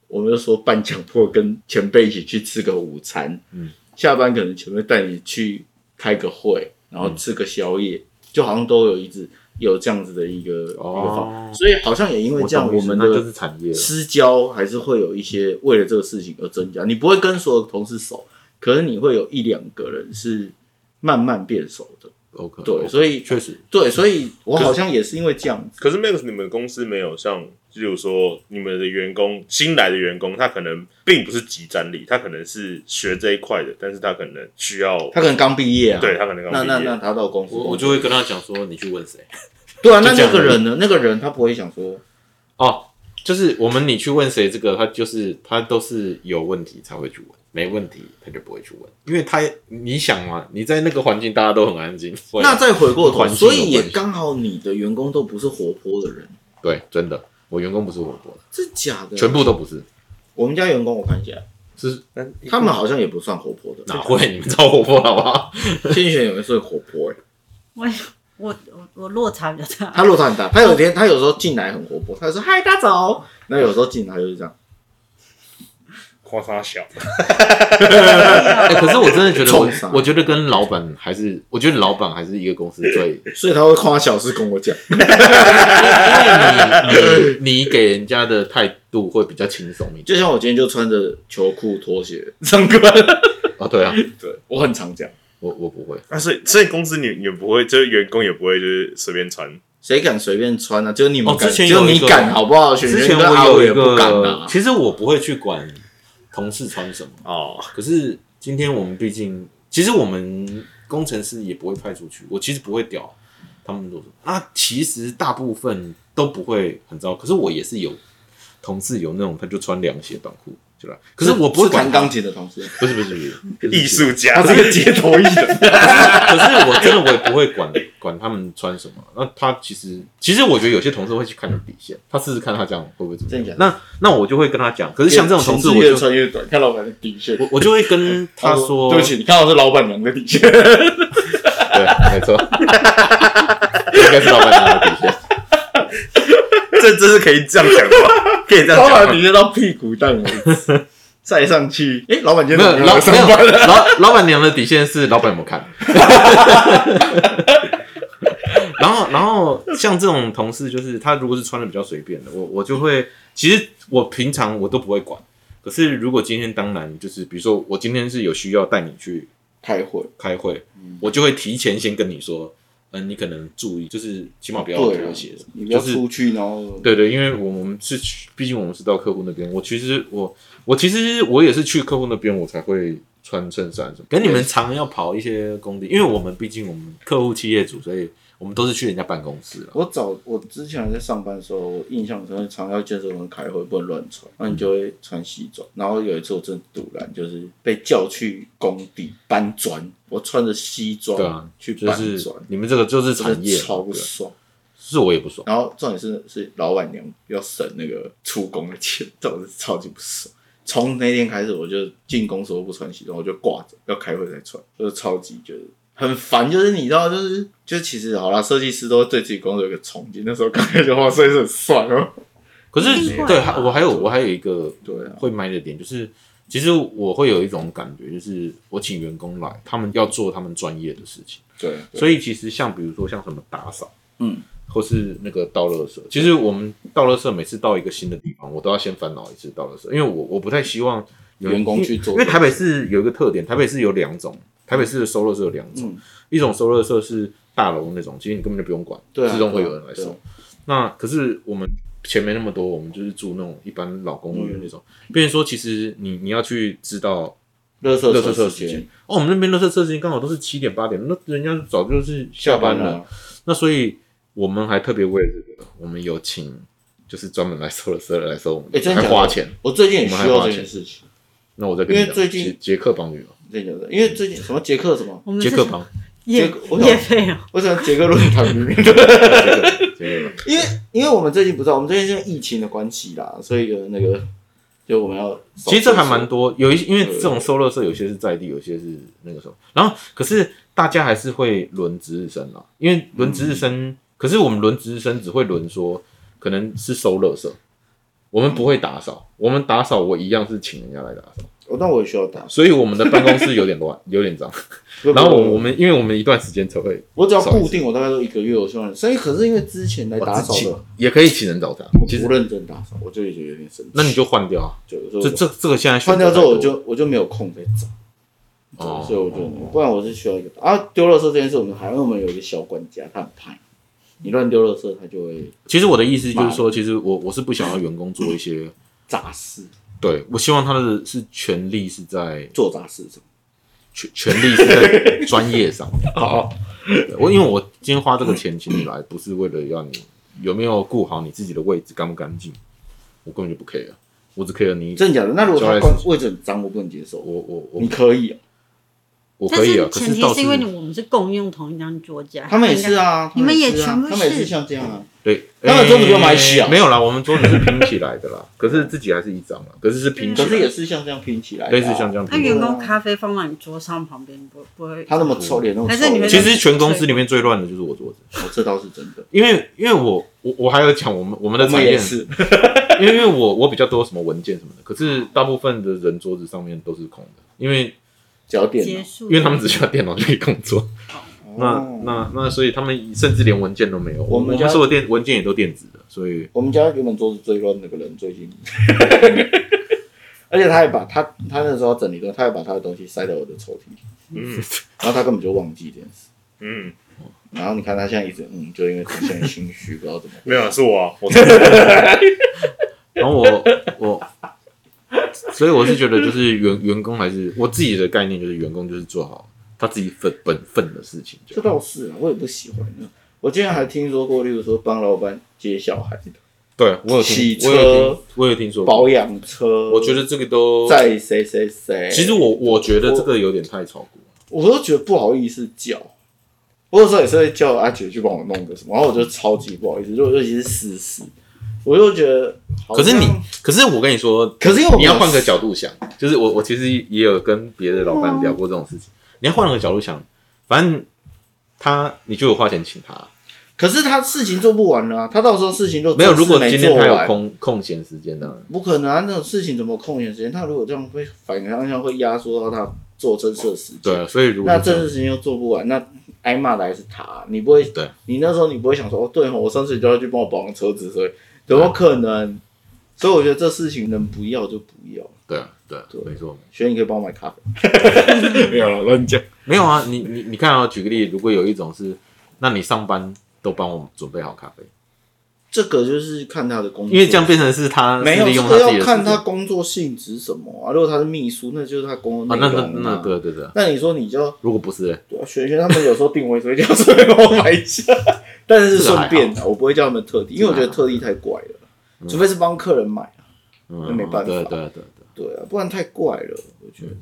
[SPEAKER 5] 我们就说半强迫跟前辈一起去吃个午餐，
[SPEAKER 6] 嗯，
[SPEAKER 5] 下班可能前辈带你去开个会，然后吃个宵夜，就好像都有一直有这样子的一个、一个
[SPEAKER 6] 哦
[SPEAKER 5] 方，所以好像也因为
[SPEAKER 6] 我
[SPEAKER 5] 这样，
[SPEAKER 6] 懂
[SPEAKER 5] 我
[SPEAKER 6] 意思
[SPEAKER 5] 们
[SPEAKER 6] 那就是
[SPEAKER 5] 的
[SPEAKER 6] 产业了。
[SPEAKER 5] 私交还是会有一些为了这个事情而增加。你不会跟所有同事熟，可是你会有一两个人是慢慢变熟的，
[SPEAKER 6] OK，
[SPEAKER 5] 对，所以
[SPEAKER 6] 确实
[SPEAKER 5] 对，所以我好像也是因为这样子。
[SPEAKER 3] 可是 Max，你们公司没有像，例如说你们的员工新来的员工，他可能并不是集战力，他可能是学这一块的，但是他可能需要，
[SPEAKER 5] 他可能刚毕业啊，
[SPEAKER 3] 对他可能刚
[SPEAKER 5] 那那
[SPEAKER 3] 毕业
[SPEAKER 5] 那他到公司，
[SPEAKER 6] 我我就会跟他讲说，你去问谁。
[SPEAKER 5] 对啊，
[SPEAKER 6] 就
[SPEAKER 5] 那
[SPEAKER 6] 这样
[SPEAKER 5] 那个人呢？那个人他不会想说，
[SPEAKER 6] 哦，就是我们你去问谁，这个他就是他都是有问题才会去问，没问题他就不会去问，因为他你想嘛，你在那个环境大家都很安静，会啊
[SPEAKER 5] 那再回过头，
[SPEAKER 6] 环境
[SPEAKER 5] 所
[SPEAKER 6] 有
[SPEAKER 5] 以也
[SPEAKER 6] 关系
[SPEAKER 5] 刚好你的员工都不是活泼的人，
[SPEAKER 6] 对，真的，我员工不是活泼的，
[SPEAKER 5] 这假的？
[SPEAKER 6] 全部都不是，
[SPEAKER 5] 我们家员工我看一下，
[SPEAKER 6] 是
[SPEAKER 5] 他们好像也不算活泼的。
[SPEAKER 6] 哪会？你们超活泼好不好？
[SPEAKER 5] 先选有人是活泼欸，
[SPEAKER 1] 我我我我落差比较大。
[SPEAKER 5] 他落差很大。他有天他有时候进来很活泼，他就说嗨大家早，那有时候进来就是这样，
[SPEAKER 3] 夸他小，
[SPEAKER 6] 哎、可是我真的觉得
[SPEAKER 5] 冲啥
[SPEAKER 6] 我，我觉得跟老板还是，我觉得老板还是一个公司 最
[SPEAKER 5] 所以他会夸小事跟我讲。
[SPEAKER 6] 你你你给人家的态度会比较轻松一点。
[SPEAKER 5] 就像我今天就穿着球裤拖鞋上课，
[SPEAKER 6] 哦，对啊，
[SPEAKER 5] 对我很常讲，
[SPEAKER 6] 我我不会，
[SPEAKER 3] 啊，所以所以公司你也不会，就是员工也不会就是随便穿，
[SPEAKER 5] 谁敢随便穿啊？只有你们
[SPEAKER 6] 哦
[SPEAKER 5] 敢，
[SPEAKER 6] 之前
[SPEAKER 5] 只
[SPEAKER 6] 有
[SPEAKER 5] 有
[SPEAKER 6] 一
[SPEAKER 5] 你
[SPEAKER 6] 个
[SPEAKER 5] 敢好不好？选
[SPEAKER 6] 之
[SPEAKER 5] 选
[SPEAKER 6] 前
[SPEAKER 5] 跟阿
[SPEAKER 6] 我有
[SPEAKER 5] 伟也
[SPEAKER 6] 一
[SPEAKER 5] 不敢
[SPEAKER 6] 个
[SPEAKER 5] 啊，。
[SPEAKER 6] 其实我不会去管同事穿什么，
[SPEAKER 3] 哦，
[SPEAKER 6] 可是今天我们毕竟，其实我们工程师也不会派出去，我其实不会屌他们做什么啊。其实大部分都不会很糟，可是我也是有同事有那种他就穿凉鞋短裤去了，可是我不会啊
[SPEAKER 5] 是弹钢
[SPEAKER 6] 管他，
[SPEAKER 5] 琴的同 事，
[SPEAKER 6] 不是不是不是不是
[SPEAKER 3] 艺术家，
[SPEAKER 5] 他是个街头艺人。
[SPEAKER 6] 可是我真的我也不会管管他们穿什么。那他其实其实我觉得有些同事会去看你底线，他试试看他这样会不会怎么
[SPEAKER 5] 真
[SPEAKER 6] 样。
[SPEAKER 5] 的
[SPEAKER 6] 那那我就会跟他讲，可是像这种同事，我
[SPEAKER 5] 越
[SPEAKER 6] 就
[SPEAKER 5] 穿越短，看老板的底线。哦
[SPEAKER 6] 我我就会跟他说，
[SPEAKER 5] 对不起，你看我是老板娘的底线。
[SPEAKER 6] 对，没错，应该是老板娘的底线。
[SPEAKER 3] 这这是可以这样讲的吗？可以这样
[SPEAKER 5] 老
[SPEAKER 3] 讲
[SPEAKER 5] 板
[SPEAKER 3] 吗？
[SPEAKER 5] 底线到屁股蛋为止，再上去，哎，老板今
[SPEAKER 6] 没
[SPEAKER 5] 天
[SPEAKER 6] 有
[SPEAKER 5] 怎么
[SPEAKER 6] 老
[SPEAKER 5] 来上
[SPEAKER 6] 没有
[SPEAKER 5] 班了？
[SPEAKER 6] 老老板娘的底线是老板有没有看。然后，然后像这种同事，就是他如果是穿的比较随便的，我我就会，其实我平常我都不会管。可是如果今天当然就是，比如说我今天是有需要带你去
[SPEAKER 5] 开会，
[SPEAKER 6] 开会，我就会提前先跟你说，嗯、你可能注意，就是起码不要
[SPEAKER 5] 对
[SPEAKER 6] 拖
[SPEAKER 5] 啊
[SPEAKER 6] 鞋，，
[SPEAKER 5] 你不
[SPEAKER 6] 就
[SPEAKER 5] 要
[SPEAKER 6] 是
[SPEAKER 5] 出去，然后
[SPEAKER 6] 对对，因为我我们是去，毕竟我们是到客户那边。我其实我我其实我也是去客户那边，我才会穿衬衫什么。跟你们常要跑一些工地，因为我们毕竟我们客户企业主，所以我们都是去人家办公室啊了。
[SPEAKER 5] 我早我之前在上班的时候，我印象中常要健身房开会，不能乱穿，那你就会穿西装。然后有一次我真的堵然，就是被叫去工地搬砖，我穿着西装
[SPEAKER 6] 对啊，
[SPEAKER 5] 哦去
[SPEAKER 6] 就
[SPEAKER 5] 搬
[SPEAKER 6] 是
[SPEAKER 5] 砖，
[SPEAKER 6] 你们这个就是
[SPEAKER 5] 真的
[SPEAKER 6] 产业，
[SPEAKER 5] 超不
[SPEAKER 6] 对啊
[SPEAKER 5] 爽。
[SPEAKER 6] 是我也不爽。
[SPEAKER 5] 然后重点是是老板娘要省那个出工的钱， 这我是超级不爽。从那天开始，我就进公司我不穿西装，我就挂着，要开会才穿，就是超级觉得很烦。就是你知道，就是就其实好啦，设计师都会对自己工作有一个憧憬。那时候刚开始的话，所以是很爽哦。
[SPEAKER 6] 可是
[SPEAKER 1] 一定会
[SPEAKER 6] 对，
[SPEAKER 1] 吧
[SPEAKER 6] 还我还有我还有一个
[SPEAKER 5] 啊对啊
[SPEAKER 6] 会卖的点，就是其实我会有一种感觉，就是我请员工来，他们要做他们专业的事情。
[SPEAKER 5] 对，
[SPEAKER 6] 所以其实像比如说像什么打扫，
[SPEAKER 5] 嗯，
[SPEAKER 6] 或是那个倒垃圾，其实我们倒垃圾每次到一个新的地方，我都要先烦恼一次倒垃圾，因为我我不太希望有
[SPEAKER 5] 员工去做
[SPEAKER 6] 因为因为台北市有一个特点，台北市有两种，台北市的收垃圾有两
[SPEAKER 5] 嗯
[SPEAKER 6] 种，一种收垃圾是大楼那种，其实你根本就不用管，
[SPEAKER 5] 对啊
[SPEAKER 6] 自动会有人来
[SPEAKER 5] 对啊
[SPEAKER 6] 收。那可是我们钱没那么多，我们就是住那种一般老公务
[SPEAKER 5] 嗯
[SPEAKER 6] 员那种，变成说其实你你要去知道
[SPEAKER 5] 垃圾
[SPEAKER 6] 垃圾车时
[SPEAKER 5] 时
[SPEAKER 6] 间
[SPEAKER 5] 间。
[SPEAKER 6] 哦，我们那边垃圾车时间刚好都是七点八点，那人家早就是下班了。
[SPEAKER 5] 啊，
[SPEAKER 6] 那所以我们还特别为了这个，我们有请就是专门来收垃圾的来收我们，
[SPEAKER 5] 哎真的
[SPEAKER 6] 还
[SPEAKER 5] 假的
[SPEAKER 6] 花钱。
[SPEAKER 5] 我最近也需
[SPEAKER 6] 我们还
[SPEAKER 5] 要
[SPEAKER 6] 花
[SPEAKER 5] 这
[SPEAKER 6] 钱
[SPEAKER 5] 件事情，
[SPEAKER 6] 那我再跟
[SPEAKER 5] 因
[SPEAKER 6] 你
[SPEAKER 5] 为
[SPEAKER 6] 讲
[SPEAKER 5] 最近
[SPEAKER 6] 捷捷克帮女友，
[SPEAKER 5] 这个因为最近什么捷克什么，
[SPEAKER 1] 我们
[SPEAKER 6] 捷
[SPEAKER 1] 是
[SPEAKER 6] 克帮，
[SPEAKER 1] 夜
[SPEAKER 5] 捷克我想
[SPEAKER 1] 夜费哦，
[SPEAKER 5] 我想捷克论坛里面，
[SPEAKER 6] 捷克帮。
[SPEAKER 5] 因为因为我们最近不知道，我们最近是因为疫情的关系啦，所以有那个就我们要扫厕所，
[SPEAKER 6] 其实这还蛮多，有一些因为这种收垃圾，有些是在地，有些是那个什么。然后可是大家还是会轮值日生啦，因为轮值日生，
[SPEAKER 5] 嗯
[SPEAKER 6] 可是我们轮值日生只会轮说可能是收垃圾，我们不会打扫，我们打扫我一样是请人家来打扫，
[SPEAKER 5] 哦，那我也需要打，
[SPEAKER 6] 所以我们的办公室有点乱， 有点脏。然后我我们因为我们一段时间才会
[SPEAKER 5] 我只要固定，我大概都一个月，我希望。所以可是因为之前来打扫的，
[SPEAKER 6] 也可以请人找茬，
[SPEAKER 5] 我
[SPEAKER 6] 其实
[SPEAKER 5] 不认真打扫，我就也觉得有点生气。
[SPEAKER 6] 那你就换掉啊，
[SPEAKER 5] 就有时候
[SPEAKER 6] 这这这个现在选
[SPEAKER 5] 换
[SPEAKER 6] 择
[SPEAKER 5] 掉之后，我
[SPEAKER 6] 太多
[SPEAKER 5] 就我就没有空再找，
[SPEAKER 6] 哦
[SPEAKER 5] 所以我就不然我是需要一个啊丢垃圾这件事，我们还因为我们有一个小管家，他很怕你你乱丢垃圾，他就会
[SPEAKER 6] 其实我的意思就是说，其实我我是不想要员工做一些。
[SPEAKER 5] 杂事
[SPEAKER 6] 对，我希望他的是权利是在
[SPEAKER 5] 做杂事什么。
[SPEAKER 6] 权权利是在专业上面。
[SPEAKER 5] 哦，
[SPEAKER 6] 对我因为我今天花这个钱请你来，不是为了要你有没有顾好你自己的位置干不干净，我根本就不 care，我只 care 你。
[SPEAKER 5] 真的假的？那如果
[SPEAKER 6] 交代
[SPEAKER 5] 他
[SPEAKER 6] 事
[SPEAKER 5] 管
[SPEAKER 6] 情
[SPEAKER 5] 位置很脏，我不能接受。
[SPEAKER 6] 我我我
[SPEAKER 5] 你可以啊，
[SPEAKER 6] 我
[SPEAKER 1] 但
[SPEAKER 6] 可以啊，可
[SPEAKER 1] 前提
[SPEAKER 6] 倒
[SPEAKER 1] 是因为我们是共用同一张桌子啊，
[SPEAKER 5] 他们也是啊，
[SPEAKER 1] 你们也
[SPEAKER 5] 是啊
[SPEAKER 1] 全部
[SPEAKER 5] 他们也
[SPEAKER 1] 是
[SPEAKER 5] 是像这样啊。
[SPEAKER 6] 对，
[SPEAKER 5] 他们桌子比我们还
[SPEAKER 6] 诶
[SPEAKER 5] 小
[SPEAKER 6] 没有啦，我们桌子是拼起来的啦， 可是自己还是一张啊啦，可是是拼起
[SPEAKER 5] 可
[SPEAKER 6] 来
[SPEAKER 5] 是
[SPEAKER 6] 的，
[SPEAKER 5] 也是像这样拼起来的啊，
[SPEAKER 6] 类似像这样
[SPEAKER 1] 那
[SPEAKER 6] 拼起来
[SPEAKER 1] 员
[SPEAKER 6] 的。
[SPEAKER 1] 工咖啡放到你桌上旁边，不不会
[SPEAKER 5] 他那么臭脸，那么
[SPEAKER 1] 还是你
[SPEAKER 5] 臭
[SPEAKER 1] 们
[SPEAKER 6] 其
[SPEAKER 5] 脸，
[SPEAKER 6] 实全公司里面最乱的就是我桌子，
[SPEAKER 5] 哦这倒是真的。
[SPEAKER 6] 因为因为我我我还有讲我们我们的
[SPEAKER 5] 我们
[SPEAKER 6] 产
[SPEAKER 5] 也
[SPEAKER 6] 业
[SPEAKER 5] 是，
[SPEAKER 6] 因为因为我我比较多什么文件什么的，可是大部分的人桌子上面都是空的，因为
[SPEAKER 5] 脚点
[SPEAKER 1] 结
[SPEAKER 5] 啊
[SPEAKER 1] 束，
[SPEAKER 6] 因为他们只需要电脑就可以工作。
[SPEAKER 5] 哦
[SPEAKER 6] 那那那，所以他们甚至连文件都没有。
[SPEAKER 5] 我
[SPEAKER 6] 我
[SPEAKER 5] 们
[SPEAKER 6] 们我
[SPEAKER 5] 家
[SPEAKER 6] 们所有电文件也都电子的，所以
[SPEAKER 5] 我们家原本桌子最乱那个人最近， 而且他还把他他那时候整理东西，他还把他的东西塞到我的抽屉里，
[SPEAKER 3] 嗯
[SPEAKER 5] 然后他根本就忘记这件事。
[SPEAKER 3] 嗯，
[SPEAKER 5] 然后你看他现在一直嗯，就因为他现在心虚，不知道怎么
[SPEAKER 3] 没有啊，
[SPEAKER 5] 回事。
[SPEAKER 3] 是我啊， 我
[SPEAKER 6] 然后我我，所以我是觉得就是员员工还是我自己的概念就是员工就是做好他自己分本分的事情就
[SPEAKER 5] 这
[SPEAKER 6] 好。
[SPEAKER 5] 倒是啊，我也不喜欢啊。我竟然还听说过，例如说帮老板接小孩的、
[SPEAKER 6] 对啊我有
[SPEAKER 5] 洗车
[SPEAKER 6] 听，我有听，我有听说过。
[SPEAKER 5] 保养车，
[SPEAKER 6] 我觉得这个都，
[SPEAKER 5] 在谁谁谁，
[SPEAKER 6] 其实我我觉得这个有点太超过。
[SPEAKER 5] 我都觉得不好意思叫。我有时候也是会叫阿姐去帮我弄个什么，然后我就超级不好意思，就尤其是私事，我就觉得好
[SPEAKER 6] 可
[SPEAKER 5] 像。
[SPEAKER 6] 是你，可是我跟你说，
[SPEAKER 5] 可是因为我
[SPEAKER 6] 你要换个角度想，就是我我其实也有跟别的老板聊过这种事情。你要换个角度想，反正他你就有花钱请他，
[SPEAKER 5] 可是他事情做不完了啊、他到时候事情就
[SPEAKER 6] 没有。如果
[SPEAKER 5] 正事
[SPEAKER 6] 今
[SPEAKER 5] 没
[SPEAKER 6] 天
[SPEAKER 5] 做
[SPEAKER 6] 他
[SPEAKER 5] 完
[SPEAKER 6] 有，空空闲时间呢？
[SPEAKER 5] 不可能啊！那种事情怎么空闲时间？他如果这样会反方向会压缩到他做正事的时间，
[SPEAKER 6] 对啊，所以如果
[SPEAKER 5] 那
[SPEAKER 6] 是这
[SPEAKER 5] 正
[SPEAKER 6] 样
[SPEAKER 5] 事时间又做不完，那挨骂的还是他。你不会，
[SPEAKER 6] 对
[SPEAKER 5] 你那时候你不会想说，哦，对哦，我上次就要去帮我保养车子，所以怎么可能？所以我觉得这事情能不要就不要。
[SPEAKER 6] 对啊对啊，没错。
[SPEAKER 5] 学你可以帮我买咖啡。
[SPEAKER 4] 没有了，乱讲。
[SPEAKER 6] 没有啊，你你你看啊，举个例，如果有一种是，那你上班都帮我准备好咖啡，
[SPEAKER 5] 这个就是看他的工作，
[SPEAKER 6] 因为这样变成是他
[SPEAKER 5] 没
[SPEAKER 6] 是
[SPEAKER 5] 有
[SPEAKER 6] 利
[SPEAKER 5] 这
[SPEAKER 6] 用他
[SPEAKER 5] 个
[SPEAKER 6] 自己
[SPEAKER 5] 要
[SPEAKER 6] 的
[SPEAKER 5] 看
[SPEAKER 6] 时间
[SPEAKER 5] 他
[SPEAKER 6] 啊，
[SPEAKER 5] 工作性质什么啊。如果他是秘书，那就是他工作
[SPEAKER 6] 哦那
[SPEAKER 5] 内
[SPEAKER 6] 那
[SPEAKER 5] 容
[SPEAKER 6] 那
[SPEAKER 5] 嘛。
[SPEAKER 6] 对对对，
[SPEAKER 5] 那你说你就
[SPEAKER 6] 如果不是嘞，
[SPEAKER 5] 对啊学学他们有时候定位，所以就要顺便帮我买一下， 但是是顺便啊
[SPEAKER 6] 啊
[SPEAKER 5] 的，我不会叫他们特地，因为我觉得特地太怪了，除非是帮客人买啊，
[SPEAKER 6] 嗯，
[SPEAKER 5] 那没办法
[SPEAKER 6] 对对对对，
[SPEAKER 5] 对啊，不然太怪了，我觉得。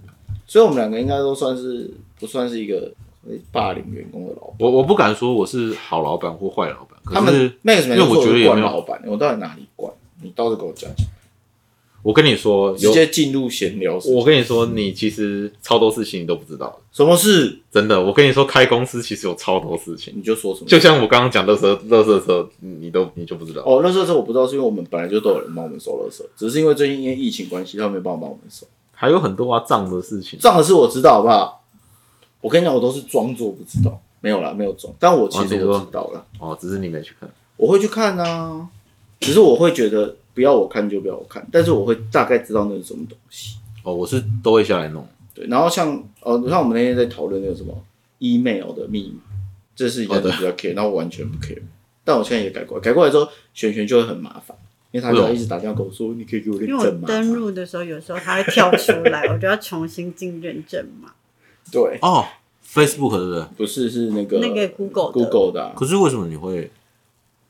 [SPEAKER 5] 所以我们两个应该都算是不算是一个哎霸凌员工的老板，
[SPEAKER 6] 我我不敢说我是好老板或坏老板，可
[SPEAKER 5] 他
[SPEAKER 6] 是
[SPEAKER 5] 们 Max 没
[SPEAKER 6] 因为我
[SPEAKER 5] 做
[SPEAKER 6] 觉得
[SPEAKER 5] 的
[SPEAKER 6] 也
[SPEAKER 5] 惯
[SPEAKER 6] 没有
[SPEAKER 5] 老板，我到底哪里惯？你倒是给我讲，
[SPEAKER 6] 我跟你说，
[SPEAKER 5] 直
[SPEAKER 6] 有
[SPEAKER 5] 接进入闲聊时间。
[SPEAKER 6] 我跟你说，你其实超多事情你都不知道的，
[SPEAKER 5] 什么事？
[SPEAKER 6] 真的。我跟你说，开公司其实有超多事情，
[SPEAKER 5] 你就说什么？
[SPEAKER 6] 就像我刚刚讲垃圾垃圾车，你都你就不知道。
[SPEAKER 5] 哦，垃圾车我不知道，是因为我们本来就都有人帮我们收垃圾，只是因为最近因为疫情关系，他们没办法帮我们收。
[SPEAKER 6] 还有很多啊，账的事情，
[SPEAKER 5] 账的事我知道，好不好？我跟你讲，我都是装作不知道，没有啦，没有中，但我其
[SPEAKER 6] 哦
[SPEAKER 5] 实
[SPEAKER 6] 你
[SPEAKER 5] 我
[SPEAKER 6] 说
[SPEAKER 5] 知道啦，
[SPEAKER 6] 哦，只是你没去看。
[SPEAKER 5] 我会去看啊，只是我会觉得不要我看就不要我看，但是我会大概知道那是什么东西。
[SPEAKER 6] 哦，我是都会下来弄。
[SPEAKER 5] 对，然后像哦，像我们那天在讨论那个什么 email 的密码，这是一件
[SPEAKER 6] 哦对
[SPEAKER 5] 比较 care，那、我完全不 care。但我现在也改过来，改过来之后，璇璇就会很麻烦，因为他就要一直打电话跟我说，你可以给我认
[SPEAKER 1] 因为我
[SPEAKER 5] 证吗？
[SPEAKER 1] 登录的时候，有时候它会跳出来，我就要重新进认证嘛。
[SPEAKER 5] 对，
[SPEAKER 6] 哦，Facebook 对不对？
[SPEAKER 5] 不是是那个
[SPEAKER 1] 那个 Google 的
[SPEAKER 5] Google 的啊、
[SPEAKER 6] 可是为什么你会？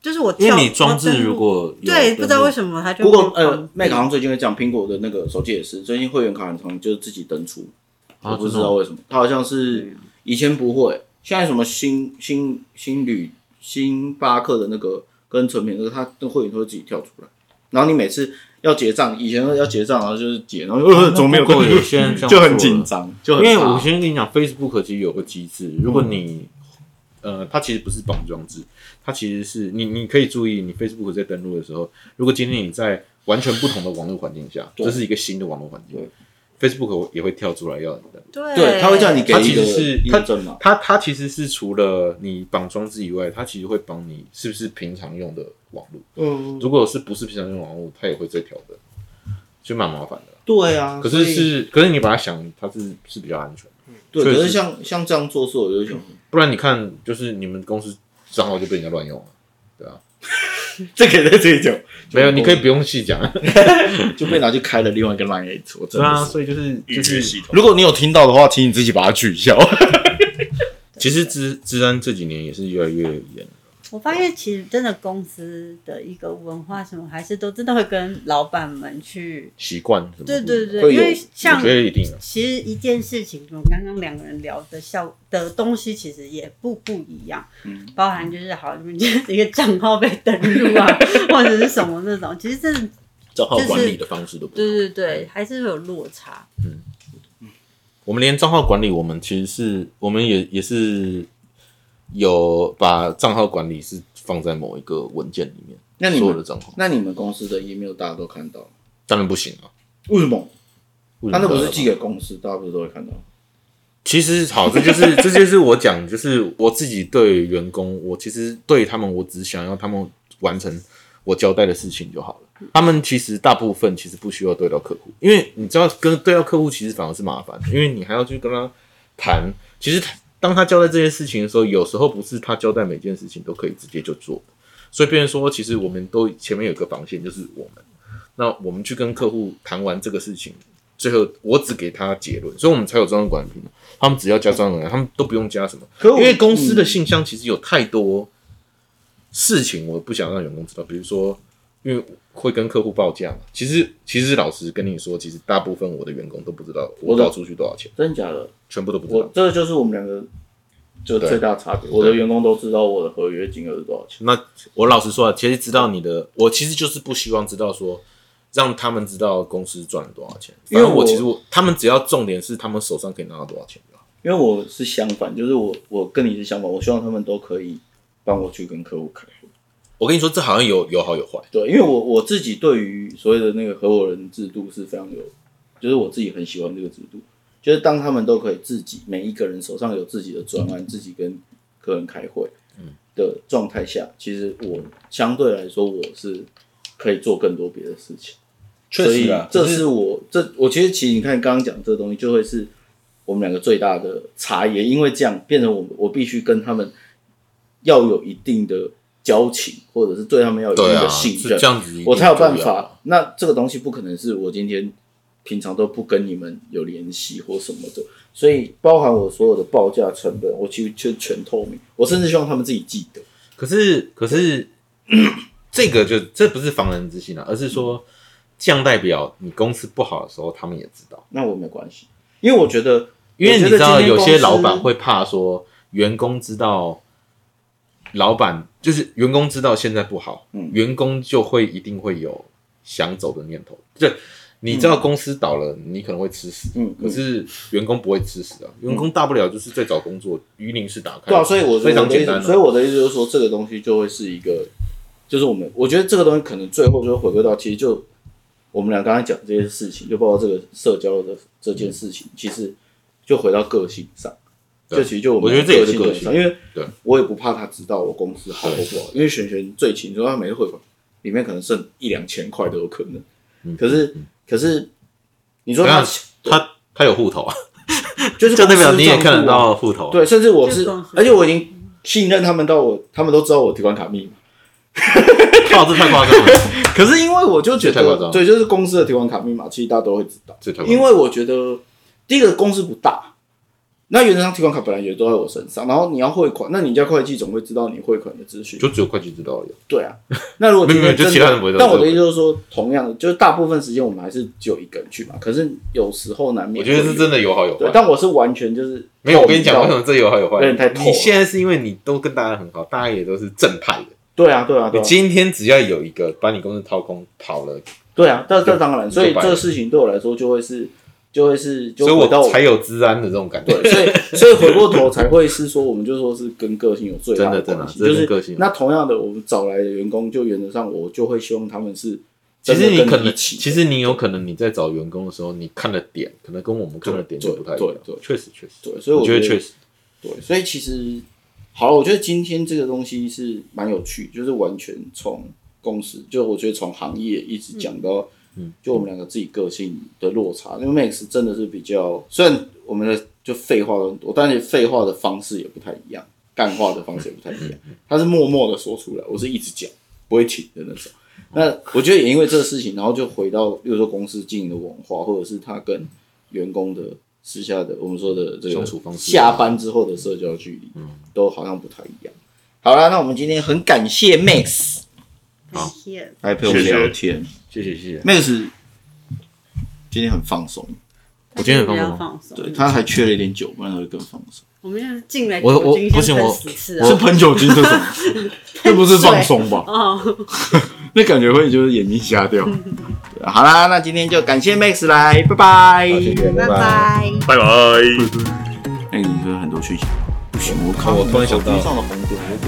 [SPEAKER 1] 就是我
[SPEAKER 6] 因
[SPEAKER 1] 跳，
[SPEAKER 6] 为你装置如果有
[SPEAKER 1] 对，不知道为
[SPEAKER 6] 么
[SPEAKER 1] 什么它就
[SPEAKER 5] Google
[SPEAKER 1] 会放
[SPEAKER 5] 呃，Mac 好像最近会这样，苹果的那个手机也是，最近会员卡很常就是自己登出，
[SPEAKER 6] 啊
[SPEAKER 5] 我不
[SPEAKER 6] 真
[SPEAKER 5] 知
[SPEAKER 6] 的哦
[SPEAKER 5] 道为什么，它好像是以前不会，现在什么新新新旅星巴克的那个跟成品那个，它的会员都会自己跳出来，然后你每次要结账，以前要结账，然后就是结，然后 呃怎么没有
[SPEAKER 6] Google 有些人这样
[SPEAKER 5] 就很
[SPEAKER 6] 做
[SPEAKER 5] 紧
[SPEAKER 6] 了
[SPEAKER 5] 张，就很嗯
[SPEAKER 6] 因为
[SPEAKER 5] 怕
[SPEAKER 6] 我先跟你讲，Facebook 其实有个机制，如果你、呃，它其实不是绑装置，它其实是你你可以注意，你 Facebook 在登录的时候，如果今天你在完全不同的网络环境下，
[SPEAKER 5] 对
[SPEAKER 6] 这是一个新的网络环境，Facebook 也会跳出来要你登录。
[SPEAKER 1] 对，
[SPEAKER 5] 对，他会叫你给
[SPEAKER 6] 它
[SPEAKER 5] 一
[SPEAKER 6] 其
[SPEAKER 5] 个
[SPEAKER 6] 实是它
[SPEAKER 5] 验证码，
[SPEAKER 6] 它它其实是除了你绑装置以外，它其实会帮你是不是平常用的网络。
[SPEAKER 5] 嗯，
[SPEAKER 6] 如果是不是平常用网络，它也会再调的，就蛮麻烦的。
[SPEAKER 5] 对啊，
[SPEAKER 6] 可
[SPEAKER 5] 所
[SPEAKER 6] 是
[SPEAKER 5] 以
[SPEAKER 6] 是，可是你把它想，它是是比较安全的。
[SPEAKER 5] 对，
[SPEAKER 6] 确
[SPEAKER 5] 可是
[SPEAKER 6] 实嗯
[SPEAKER 5] 像像这样做事，我就想
[SPEAKER 6] 不然你看，就是你们公司账号就被人家乱用了，对啊，
[SPEAKER 5] 这可以在这里讲，
[SPEAKER 6] 没有，你可以不用细 讲，
[SPEAKER 5] 就被拿去开了另外一个 Line A 我真
[SPEAKER 6] 对
[SPEAKER 5] 的
[SPEAKER 6] 啊，
[SPEAKER 5] 是
[SPEAKER 6] 所以就是
[SPEAKER 3] 预
[SPEAKER 6] 就
[SPEAKER 3] 约
[SPEAKER 6] 是，
[SPEAKER 3] 系统。
[SPEAKER 5] 如果你有听到的话，请你自己把它取 消。
[SPEAKER 6] 其实治治安这几年也是越来越严，
[SPEAKER 1] 我发现其实真的公司的一个文化什么，还是都真的会跟老板们去，
[SPEAKER 6] 习惯什么，
[SPEAKER 1] 对对，对，
[SPEAKER 5] 会
[SPEAKER 1] 因
[SPEAKER 5] 有
[SPEAKER 1] 为
[SPEAKER 6] 我
[SPEAKER 1] 像
[SPEAKER 6] 觉得一定啊，
[SPEAKER 1] 其实一件事情，我们刚刚两个人聊的效的东西，其实也不不一样。
[SPEAKER 5] 嗯，
[SPEAKER 1] 包含就是好，你们就是一个账号被登录啊，或者是什么那种，其实真的，
[SPEAKER 6] 账号
[SPEAKER 1] 管理
[SPEAKER 6] 的方式都不
[SPEAKER 1] 对对对，还是会有落差。
[SPEAKER 6] 我们连账号管理，我们其实是我们也也是有把账号管理是放在某一个文件里面，
[SPEAKER 5] 那你
[SPEAKER 6] 所有的
[SPEAKER 5] 们
[SPEAKER 6] 账号
[SPEAKER 5] 那你们公司的 email 大家都看到，
[SPEAKER 6] 当然不行啊，
[SPEAKER 5] 为什么？
[SPEAKER 6] 为什
[SPEAKER 5] 他
[SPEAKER 6] 么
[SPEAKER 5] 那不是寄给公司，大家不是都会看到？
[SPEAKER 6] 其实好，这就是 这就是我讲，就是我自己对员工，我其实对他们，我只想要他们完成我交代的事情就好了。他们其实大部分其实不需要对到客户，因为你知道跟对到客户其实反而是麻烦，因为你还要去跟他谈。其实当他交代这些事情的时候，有时候不是他交代每件事情都可以直接就做，所以变成说，其实我们都前面有个防线，就是我们，那我们去跟客户谈完这个事情，最后我只给他结论，所以我们才有专案管理平台。他们只要加专案管理，他们都不用加什么，
[SPEAKER 5] 可
[SPEAKER 6] 因为公司的信箱其实有太多事情，我不想让员工知道，比如说，因为会跟客户报价嘛。其实，其实老实跟你说，其实大部分我的员工都不知道
[SPEAKER 5] 我
[SPEAKER 6] 我
[SPEAKER 5] 懂
[SPEAKER 6] 交出去多少钱，
[SPEAKER 5] 真假的，
[SPEAKER 6] 全部都不知
[SPEAKER 5] 我
[SPEAKER 6] 道。
[SPEAKER 5] 这个就是我们两个就
[SPEAKER 6] 啊对
[SPEAKER 5] 最大差别。我的员工都知道我的合约金额是多少钱，
[SPEAKER 6] 那我老实说啊，其实知道你的，我其实就是不希望知道说，让他们知道公司赚了多少钱，
[SPEAKER 5] 因为
[SPEAKER 6] 反正我
[SPEAKER 5] 我
[SPEAKER 6] 其实我他们只要重点是他们手上可以拿到多少钱就好。
[SPEAKER 5] 因为我是相反，就是我我跟你是相反，我希望他们都可以帮我去跟客户开会。
[SPEAKER 6] 我跟你说，这好像有有好有坏，
[SPEAKER 5] 对，因为我我自己对于所谓的那个合伙人制度是非常有，就是我自己很喜欢这个制度，就是当他们都可以自己每一个人手上有自己的专
[SPEAKER 6] 嗯
[SPEAKER 5] 案，自己跟客人开会的状态下，其实我相对来说我是可以做更多别的事情。所以
[SPEAKER 6] 啊
[SPEAKER 5] 这是我这我其实其实你看刚刚讲这个东西，就会是我们两个最大的差异，因为这样变成我我必须跟他们要有一定的交情，或者是对他们要有一定
[SPEAKER 6] 对啊，
[SPEAKER 5] 的信
[SPEAKER 6] 是
[SPEAKER 5] 任，
[SPEAKER 6] 这样子，
[SPEAKER 5] 我才有办法。。那这个东西不可能是我今天平常都不跟你们有联系或什么的，所以包含我所有的报价成本，我其实就全透明。我甚至希望他们自己记得。
[SPEAKER 6] 可是，可是 这个就这不是防人之心啊，而是说这样代表你公司不好的时候，他们也知道，
[SPEAKER 5] 那我没关系，因为我觉得，
[SPEAKER 6] 因为你知
[SPEAKER 5] 我
[SPEAKER 6] 道
[SPEAKER 5] 觉得今天
[SPEAKER 6] 有些
[SPEAKER 5] 公司
[SPEAKER 6] 老板会怕说员工知道，老板就是员工知道现在不好，
[SPEAKER 5] 嗯
[SPEAKER 6] 员工就会一定会有想走的念头，对。你知道公司倒了，你可能会吃屎，
[SPEAKER 5] 嗯
[SPEAKER 6] 可是员工不会吃屎啊，员工大不了就是在找工作，鱼鳞是打开的，
[SPEAKER 5] 对啊，所以我
[SPEAKER 6] 非常
[SPEAKER 5] 我的意思
[SPEAKER 6] 简单啊，
[SPEAKER 5] 所以我的意思就是说，这个东西就会是一个，就是我们我觉得这个东西可能最后就会回归到，其实就我们俩刚才讲这些事情，就包括这个社交的这件事情，其实就回到个性上。这其实就
[SPEAKER 6] 我觉得这也是个
[SPEAKER 5] 个
[SPEAKER 6] 性
[SPEAKER 5] 因为
[SPEAKER 6] 对
[SPEAKER 5] 我也不怕他知道我公司好或不好，因为璇璇最清楚，他每次汇款里面可能剩一两千块都有可
[SPEAKER 6] 嗯
[SPEAKER 5] 能，可是可是你说他
[SPEAKER 6] 那他他有户头啊，
[SPEAKER 5] 就是
[SPEAKER 6] 就代
[SPEAKER 5] 公
[SPEAKER 6] 表
[SPEAKER 5] 司
[SPEAKER 6] 你也
[SPEAKER 5] 账户啊
[SPEAKER 6] 看得到户头啊。
[SPEAKER 5] 对，甚至我
[SPEAKER 1] 就是公司，
[SPEAKER 5] 而且我已经信任他们到我，他们都知道我提款卡密码。
[SPEAKER 6] 靠，这太夸张 了，
[SPEAKER 5] 可是因为我就觉
[SPEAKER 6] 这太夸张
[SPEAKER 5] 得，
[SPEAKER 6] 了
[SPEAKER 5] 对，就是公司的提款卡密码，其实大家都会知道。
[SPEAKER 6] 这太夸张了
[SPEAKER 5] 因为我觉得，第一个公司不大，那原则上提款卡本来也都在我身上，然后你要汇款，那你家会计总会知道你汇款的资讯。
[SPEAKER 6] 就只有会计知道而已。
[SPEAKER 5] 对啊，那如果
[SPEAKER 6] 没有没有
[SPEAKER 5] 今天真的
[SPEAKER 6] 就其他人不会知道
[SPEAKER 5] 但我的意思就是说，同样的，就是大部分时间我们还是只有一个人去嘛。可是有时候难免
[SPEAKER 6] 我
[SPEAKER 5] 会有，
[SPEAKER 6] 觉得是真的有好有
[SPEAKER 5] 对
[SPEAKER 6] 坏，。
[SPEAKER 5] 但我是完全就是
[SPEAKER 6] 没有，我跟你讲，
[SPEAKER 5] 透
[SPEAKER 6] 为
[SPEAKER 5] 明
[SPEAKER 6] 什
[SPEAKER 5] 到
[SPEAKER 6] 么这有好有坏？
[SPEAKER 5] 有点太透了
[SPEAKER 6] 你现在是因为你都跟大家很好，大家也都是正派的。
[SPEAKER 5] 对啊，对啊，对
[SPEAKER 6] 你
[SPEAKER 5] 啊。
[SPEAKER 6] 今天只要有一个把你公司掏空跑了，
[SPEAKER 5] 对啊，这这当然，
[SPEAKER 6] 就
[SPEAKER 5] 所以
[SPEAKER 6] 白
[SPEAKER 5] 这
[SPEAKER 6] 了
[SPEAKER 5] 个事情对我来说就会是，就会是，就
[SPEAKER 6] 所以
[SPEAKER 5] 回到
[SPEAKER 6] 我才有治安的这种感觉。
[SPEAKER 5] 对，所以所以回过头才会是说，我们就说是跟个性有最大
[SPEAKER 6] 真的
[SPEAKER 5] 关系，
[SPEAKER 6] 真
[SPEAKER 5] 就
[SPEAKER 6] 的这
[SPEAKER 5] 是
[SPEAKER 6] 跟个性有
[SPEAKER 5] 那同样的，我们找来的员工，就原则上我就会希望他们是
[SPEAKER 6] 其
[SPEAKER 5] 真的
[SPEAKER 6] 实
[SPEAKER 5] 跟
[SPEAKER 6] 你可能，
[SPEAKER 5] 一起
[SPEAKER 6] 其实你有可能你在找员工的时候，你看的点可能跟我们看的点就不太一
[SPEAKER 5] 对
[SPEAKER 6] 样
[SPEAKER 5] 对。对
[SPEAKER 6] 确实确实，
[SPEAKER 5] 对，所以
[SPEAKER 6] 我
[SPEAKER 5] 觉
[SPEAKER 6] 觉得确实，
[SPEAKER 5] 对，所以其实好，我觉得今天这个东西是蛮有趣，就是完全从公司，就我觉得从行业一直讲到，嗯，就我们两个自己个性的落差，因为 Max 真的是比较，虽然我们的就废话很多，但是废话的方式也不太一样，干话的方式也不太一样，
[SPEAKER 6] 嗯
[SPEAKER 5] 他是默默的说出来，我是一直讲，不会停的那种。那我觉得也因为这个事情，然后就回到，比如说公司经营的文化，或者是他跟员工的私下的我们说的这个
[SPEAKER 6] 相处方式啊嗯
[SPEAKER 5] 下班之后的社交距离，都好像不太一样。好啦，那我们今天很感谢 Max
[SPEAKER 1] 感谢。
[SPEAKER 5] 来陪我们
[SPEAKER 3] 谢谢
[SPEAKER 5] 聊天。
[SPEAKER 6] 谢谢谢谢。
[SPEAKER 5] Max 今天很放松，
[SPEAKER 6] 我今天很
[SPEAKER 1] 比
[SPEAKER 6] 放松
[SPEAKER 1] 较放松，
[SPEAKER 5] 对，他还缺了一点酒，不然他会更放松。
[SPEAKER 1] 我们要进来
[SPEAKER 6] 我
[SPEAKER 1] 酒精
[SPEAKER 6] 我不
[SPEAKER 1] 先
[SPEAKER 6] 行我
[SPEAKER 1] 喷十次啊
[SPEAKER 4] 是喷酒精这 种，这不是放松吧？
[SPEAKER 1] 哦，
[SPEAKER 5] 那感觉会就是眼睛瞎掉。对 好啦，那今天就感谢 Max 来，拜拜。
[SPEAKER 7] 谢谢，
[SPEAKER 1] 拜
[SPEAKER 7] 拜拜。
[SPEAKER 1] 拜。
[SPEAKER 3] 拜拜。
[SPEAKER 5] 那个你说很多讯息，不行，我靠，
[SPEAKER 7] 我突然想到
[SPEAKER 5] 手机上的红点，我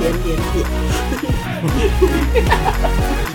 [SPEAKER 5] 点
[SPEAKER 1] 点点点。